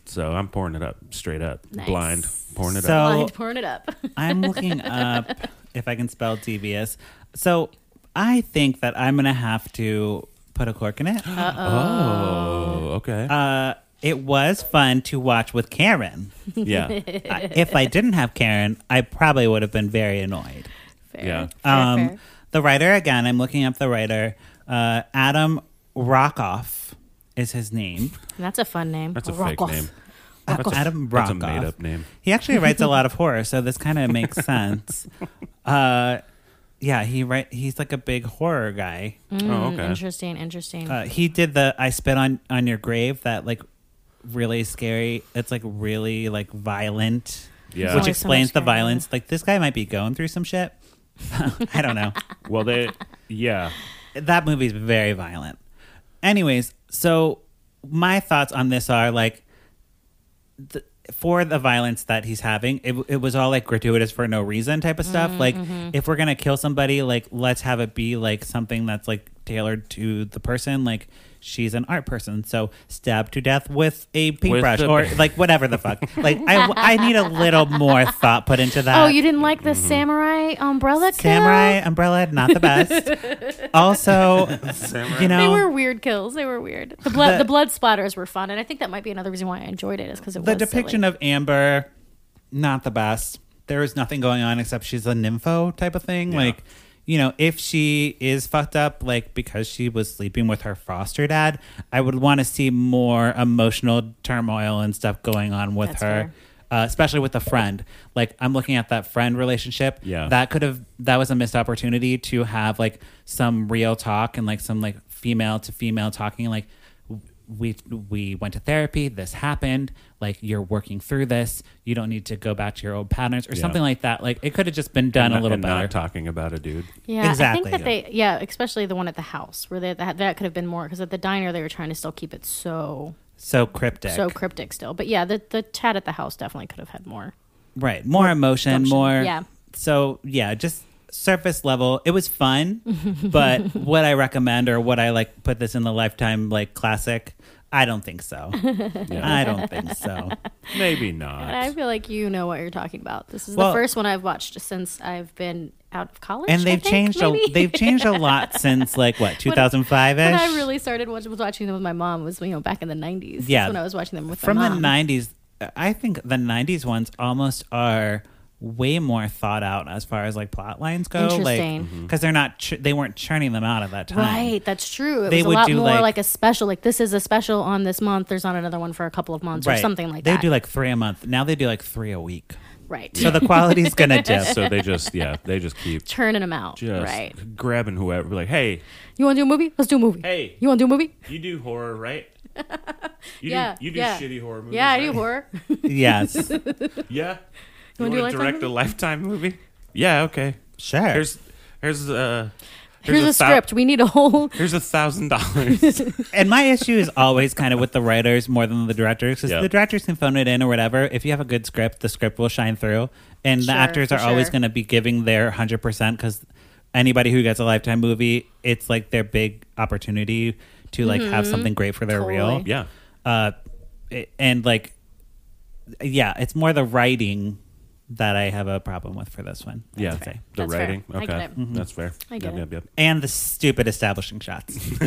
B: So I'm pouring it up straight up,
C: Nice.
B: blind pouring it up.
A: So
C: Blind pouring it up.
A: I'm looking up if I can spell devious. So I think that I'm going to have to put a cork in it.
B: Oh, okay,
A: Uh, it was fun to watch with Karen.
B: yeah,
A: I- if I didn't have Karen, I probably would have been very annoyed.
C: fair.
B: yeah.
C: Fair,
A: um,
C: fair.
A: The writer, again, I'm looking up the writer. Uh, Adam Rockoff is his name.
C: That's a fun name.
B: That's a
C: Rock
B: fake
C: off.
B: name.
A: Adam
B: That's a-
A: Rockoff.
B: That's a made up name.
A: He actually writes a lot of horror, so this kind of makes sense. Uh, yeah, he write, he's like a big horror guy.
B: oh,
C: Mm,
B: okay.
C: Interesting. Interesting.
A: Uh, he did the I spit on on your grave that like really scary. It's like really like violent. Which
B: Yeah.
C: Only so
A: explains
C: much
A: the
C: scary.
A: violence. Like this guy might be going through some shit. I don't know.
B: Well, they, yeah,
A: that movie's very violent. Anyways, so my thoughts on this are like th- for the violence that he's having, it, it was all like gratuitous for no reason type of
C: Mm-hmm,
A: stuff. like if we're gonna kill somebody, like let's have it be like something that's like tailored to the person. Like she's an art person, so stabbed to death with a paintbrush
B: the-
A: or like whatever the fuck. like I, I need a little more thought put into that.
C: oh, you didn't like
B: mm-hmm.
C: the samurai umbrella kill?
A: uh, Samurai umbrella, not the best. also, you know,
C: They were weird kills. They were weird. The blood,
A: The-
C: the, blood splatters were fun, and I think that might be another reason why I enjoyed it is because it
A: the
C: was
A: depiction of Amber, not the best. There is nothing going on except she's a nympho type of thing. Like, you know, if she is fucked up, like because she was sleeping with her foster dad, I would want to see more emotional turmoil and stuff going on with
C: That's
A: her.
C: fair.
A: Uh, especially with the friend, like I'm looking at that friend relationship.
B: Yeah.
A: that could have that was a missed opportunity to have like some real talk and like some like female to female talking. Like we we went to therapy this happened like you're working through this you don't need to go back to your old patterns or
B: Yeah.
A: something like that like it could have just been done
B: And
A: a little
B: and
A: better
B: Not talking about a dude.
C: Yeah,
A: Exactly.
C: I think that they, yeah, especially the one at the house where they, that that could have been more because at the diner they were trying to still keep it so
A: so cryptic
C: so cryptic still. But yeah, the the chat at the house definitely could have had more.
A: right more emotion
C: Emotion,
A: more
C: yeah.
A: so yeah just surface level. It was fun, but would I recommend or would I like put this in the lifetime like classic? I don't think so. I don't think so.
B: Maybe
C: And I
B: not.
C: feel like you know what you're talking about. This is
A: Well-
C: the first one I've watched since I've been out of college.
A: And
C: I
A: they've
C: think,
A: changed a,
C: maybe.
A: they've changed a lot since like what 2005 ish.
C: When I really started watch, was watching them with my mom was you know back in the 90s. That's
A: Yeah.
C: when I was watching them with
A: from
C: my
A: the
C: mom.
A: 90s i think the 90s ones almost are way more thought out as far as like plot lines go
C: Interesting.
A: like because they're not ch- they weren't churning them out at that time
C: Right, that's true. It
A: They
C: was a
A: would
C: lot
A: do,
C: more
A: like-
C: like, a special. Like this is a special on this month. There's not another one for a couple of months or
A: Right.
C: something like
A: they
C: that.
A: do like three a month now they do like three a week
C: right,
A: so the quality's gonna dip
B: So they just yeah they just keep
C: turning them out.
B: just
C: Right.
B: grabbing whoever like hey
C: You want to do a movie? Let's do a movie.
B: Hey.
C: you want to do a movie?
B: you do horror right. You
C: Yeah,
B: do, you do
C: yeah.
B: shitty horror movies.
C: Yeah, I do
B: right?
C: horror.
A: yes
B: Yeah. You,
C: wanna do a
B: want to
C: Lifetime
B: direct a
C: movie?
B: lifetime movie? Yeah, okay.
A: sure
B: Here's here's uh
C: Here's a
B: thou-
C: script. We need a whole.
B: Here's a thousand dollars.
A: and my issue is always kind of with the writers more than the directors because
B: Yeah.
A: the directors can phone it in or whatever if you have a good script the script will shine through and the
C: Sure,
A: actors
C: for
A: are always
C: sure.
A: going to be giving their 100% because anybody who gets a lifetime movie it's like their big opportunity to like have something great for their
C: Mm-hmm. Totally.
A: reel
B: yeah.
A: uh, it- and like yeah it's more the writing that i have a problem with for this one I
B: Yeah.
A: would say.
B: The
C: That's fair.
B: writing.
C: I
B: Okay.
C: get it. Mm-hmm.
B: That's fair.
C: I get
B: Yep,
C: it.
B: yep, yep.
A: and the stupid establishing shots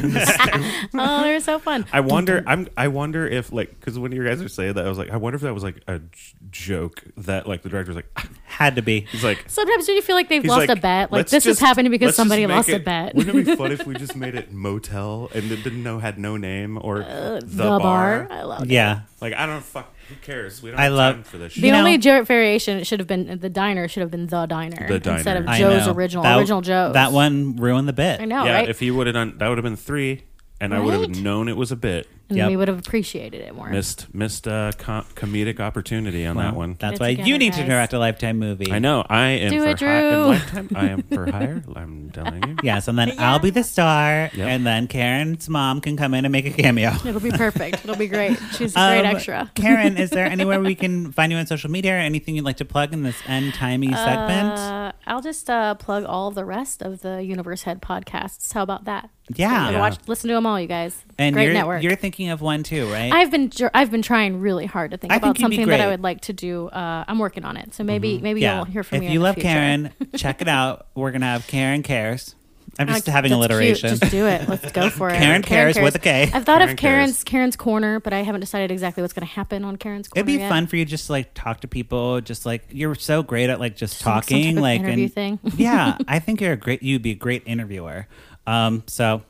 C: Oh, they're so fun.
B: I wonder. I'm. I wonder if like because when you guys are saying that, I was like, I wonder if that was like a j- joke that like the director's like,
A: had to be
B: he's like,
C: Sometimes do you feel like they've
B: he's
C: lost
B: like,
C: a bet? Like
B: "Let's
C: this
B: just-
C: is happening
B: let's just
C: because somebody
B: make
C: lost a
B: it-
C: bet.
B: Wouldn't it be fun if we just made it motel and it didn't know had no name or the,
C: Uh, the
B: bar?
C: bar. I love it.
A: yeah
B: Like I don't fuck. Who cares? We don't.
A: I
B: have
A: love-
B: time for this.
C: The
A: You
B: Shit.
A: know-
C: only Jarrett variation it should have been the diner should have been the diner
B: The
C: instead of
B: diner.
A: I
C: Joe's
A: know.
C: original
A: That-
C: original Joe's.
A: That one ruined the bit.
C: I know,
B: yeah.
C: right?
B: If he would have done that, would have been three, and I would
C: Right?
B: have known it was a bit.
C: and
A: Yep.
C: we would have appreciated it more.
B: Missed missed uh, com- comedic opportunity on that one.
A: That's
C: It's
A: why
C: together,
A: you need to
C: guys.
A: direct a Lifetime movie.
B: I know. I am
C: Do
B: for
C: it,
B: hi- in
C: Drew.
B: lifetime. I am for hire. I'm telling you.
A: Yes, and then I'll be the star,
B: Yep.
A: and then Karen's mom can come in and make a cameo.
C: It'll be perfect. It'll be great. She's a great
A: Um,
C: extra.
A: Karen, is there anywhere we can find you on social media or anything you'd like to plug in this end timey segment?
C: Uh, I'll just uh, plug all the rest of the Universe Head podcasts. How about that?
A: Yeah.
C: You
B: Yeah.
C: Watch, listen to them all, you guys.
A: And
C: great
A: you're,
C: network.
A: you're thinking of one too, right?
C: I've been dr- I've been trying really hard to think
A: I
C: about
A: think you'd be
C: something that
A: great. Mm-hmm.
C: I would like to do. Uh, I'm working on it, so maybe maybe you'll hear from
A: if
C: me.
A: you,
C: in the
A: love
C: future.
A: Karen, check it out. We're gonna have Karen cares. I'm
C: I-
A: just having
C: Uh, that's cute.
A: alliteration.
C: Just do it. Let's go for it.
A: Karen cares with a K.
C: I've thought
B: Karen
C: of
B: cares.
C: Karen's Karen's corner, but I haven't decided exactly what's going to happen on Karen's corner.
A: It'd be
C: yet.
A: fun for you just to, like talk to people, just like you're so great at like just,
C: like, some
A: talking,
C: type of
A: like
C: interview thing.
A: yeah, I think you're a great. You'd be a great interviewer. Um, so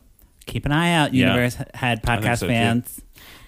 A: keep an eye out,
B: Yeah.
A: Universe Head podcast
B: so, too.
A: fans.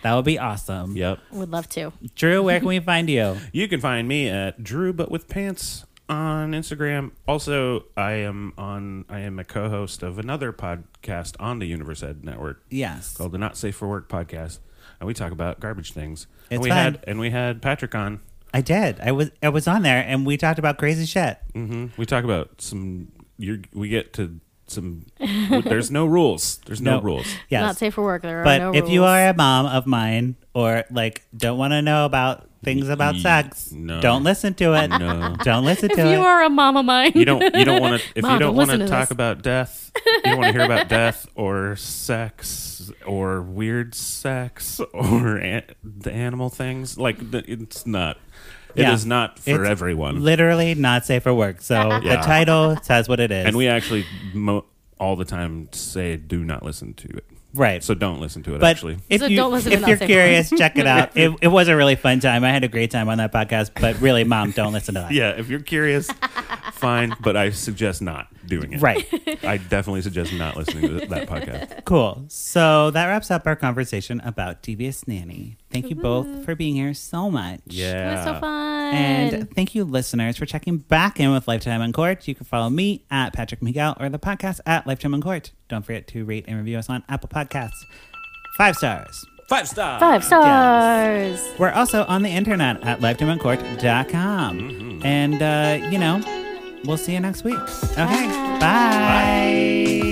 A: That would be awesome.
B: Yep.
C: Would love to.
A: Drew, where can we find you?
B: You can find me at Drew But With Pants on Instagram. Also, I am on. I am a co-host of another podcast on the Universe Ed Network
A: Yes,
B: called the Not Safe for Work podcast, and we talk about garbage things.
A: It's
B: and we
A: fun.
B: had and we had Patrick on.
A: I did. I was I was on there, and we talked about crazy shit.
B: hmm We talk about some. You're, we get to some. there's no rules. There's no, rules.
A: Yes,
C: Not safe for work. There are
A: But
C: no
A: if you
C: rules.
A: are a mom of mine or like don't want to know about things about
B: Ye-
A: sex,
B: no.
A: don't listen to it.
B: No.
A: Don't listen
C: if
A: to it.
C: you are a mom of mine,
B: You don't. You don't want to. If
C: Mom,
B: you don't
C: don't
B: want to
C: listen to
B: talk
C: this.
B: about death, you don't want to hear about death or sex or weird sex or an, the animal things. Like the, it's not. It is
A: Yeah.
B: not for
A: It's
B: everyone.
A: Literally not safe for work. So the
B: Yeah.
A: title says what it is.
B: and we actually mo- all the time say, "Do not listen to it."
A: right.
B: So don't listen to it.
A: but
B: actually,
A: if
C: So
A: you
C: don't listen to
A: if
C: Not
A: you're
C: Safe for
A: curious, check it out. It, it was a really fun time. I had a great time on that podcast. But really, mom, don't listen to that.
B: yeah. If you're curious, fine. But I suggest not doing it.
A: Right.
B: I definitely suggest not listening to that podcast.
A: Cool. So that wraps up our conversation about Devious Nanny. Thank you both for being here so much.
C: It was so fun.
A: And thank you, listeners, for checking back in with Lifetime on Court. You can follow me at Patrick Miguel or the podcast at Lifetime on Court. Don't forget to rate and review us on Apple Podcasts. Five stars.
B: Five stars.
C: Five stars.
A: We're also on the internet at lifetimeoncourt.com. And, uh, you know, we'll see you next week. Okay. Bye.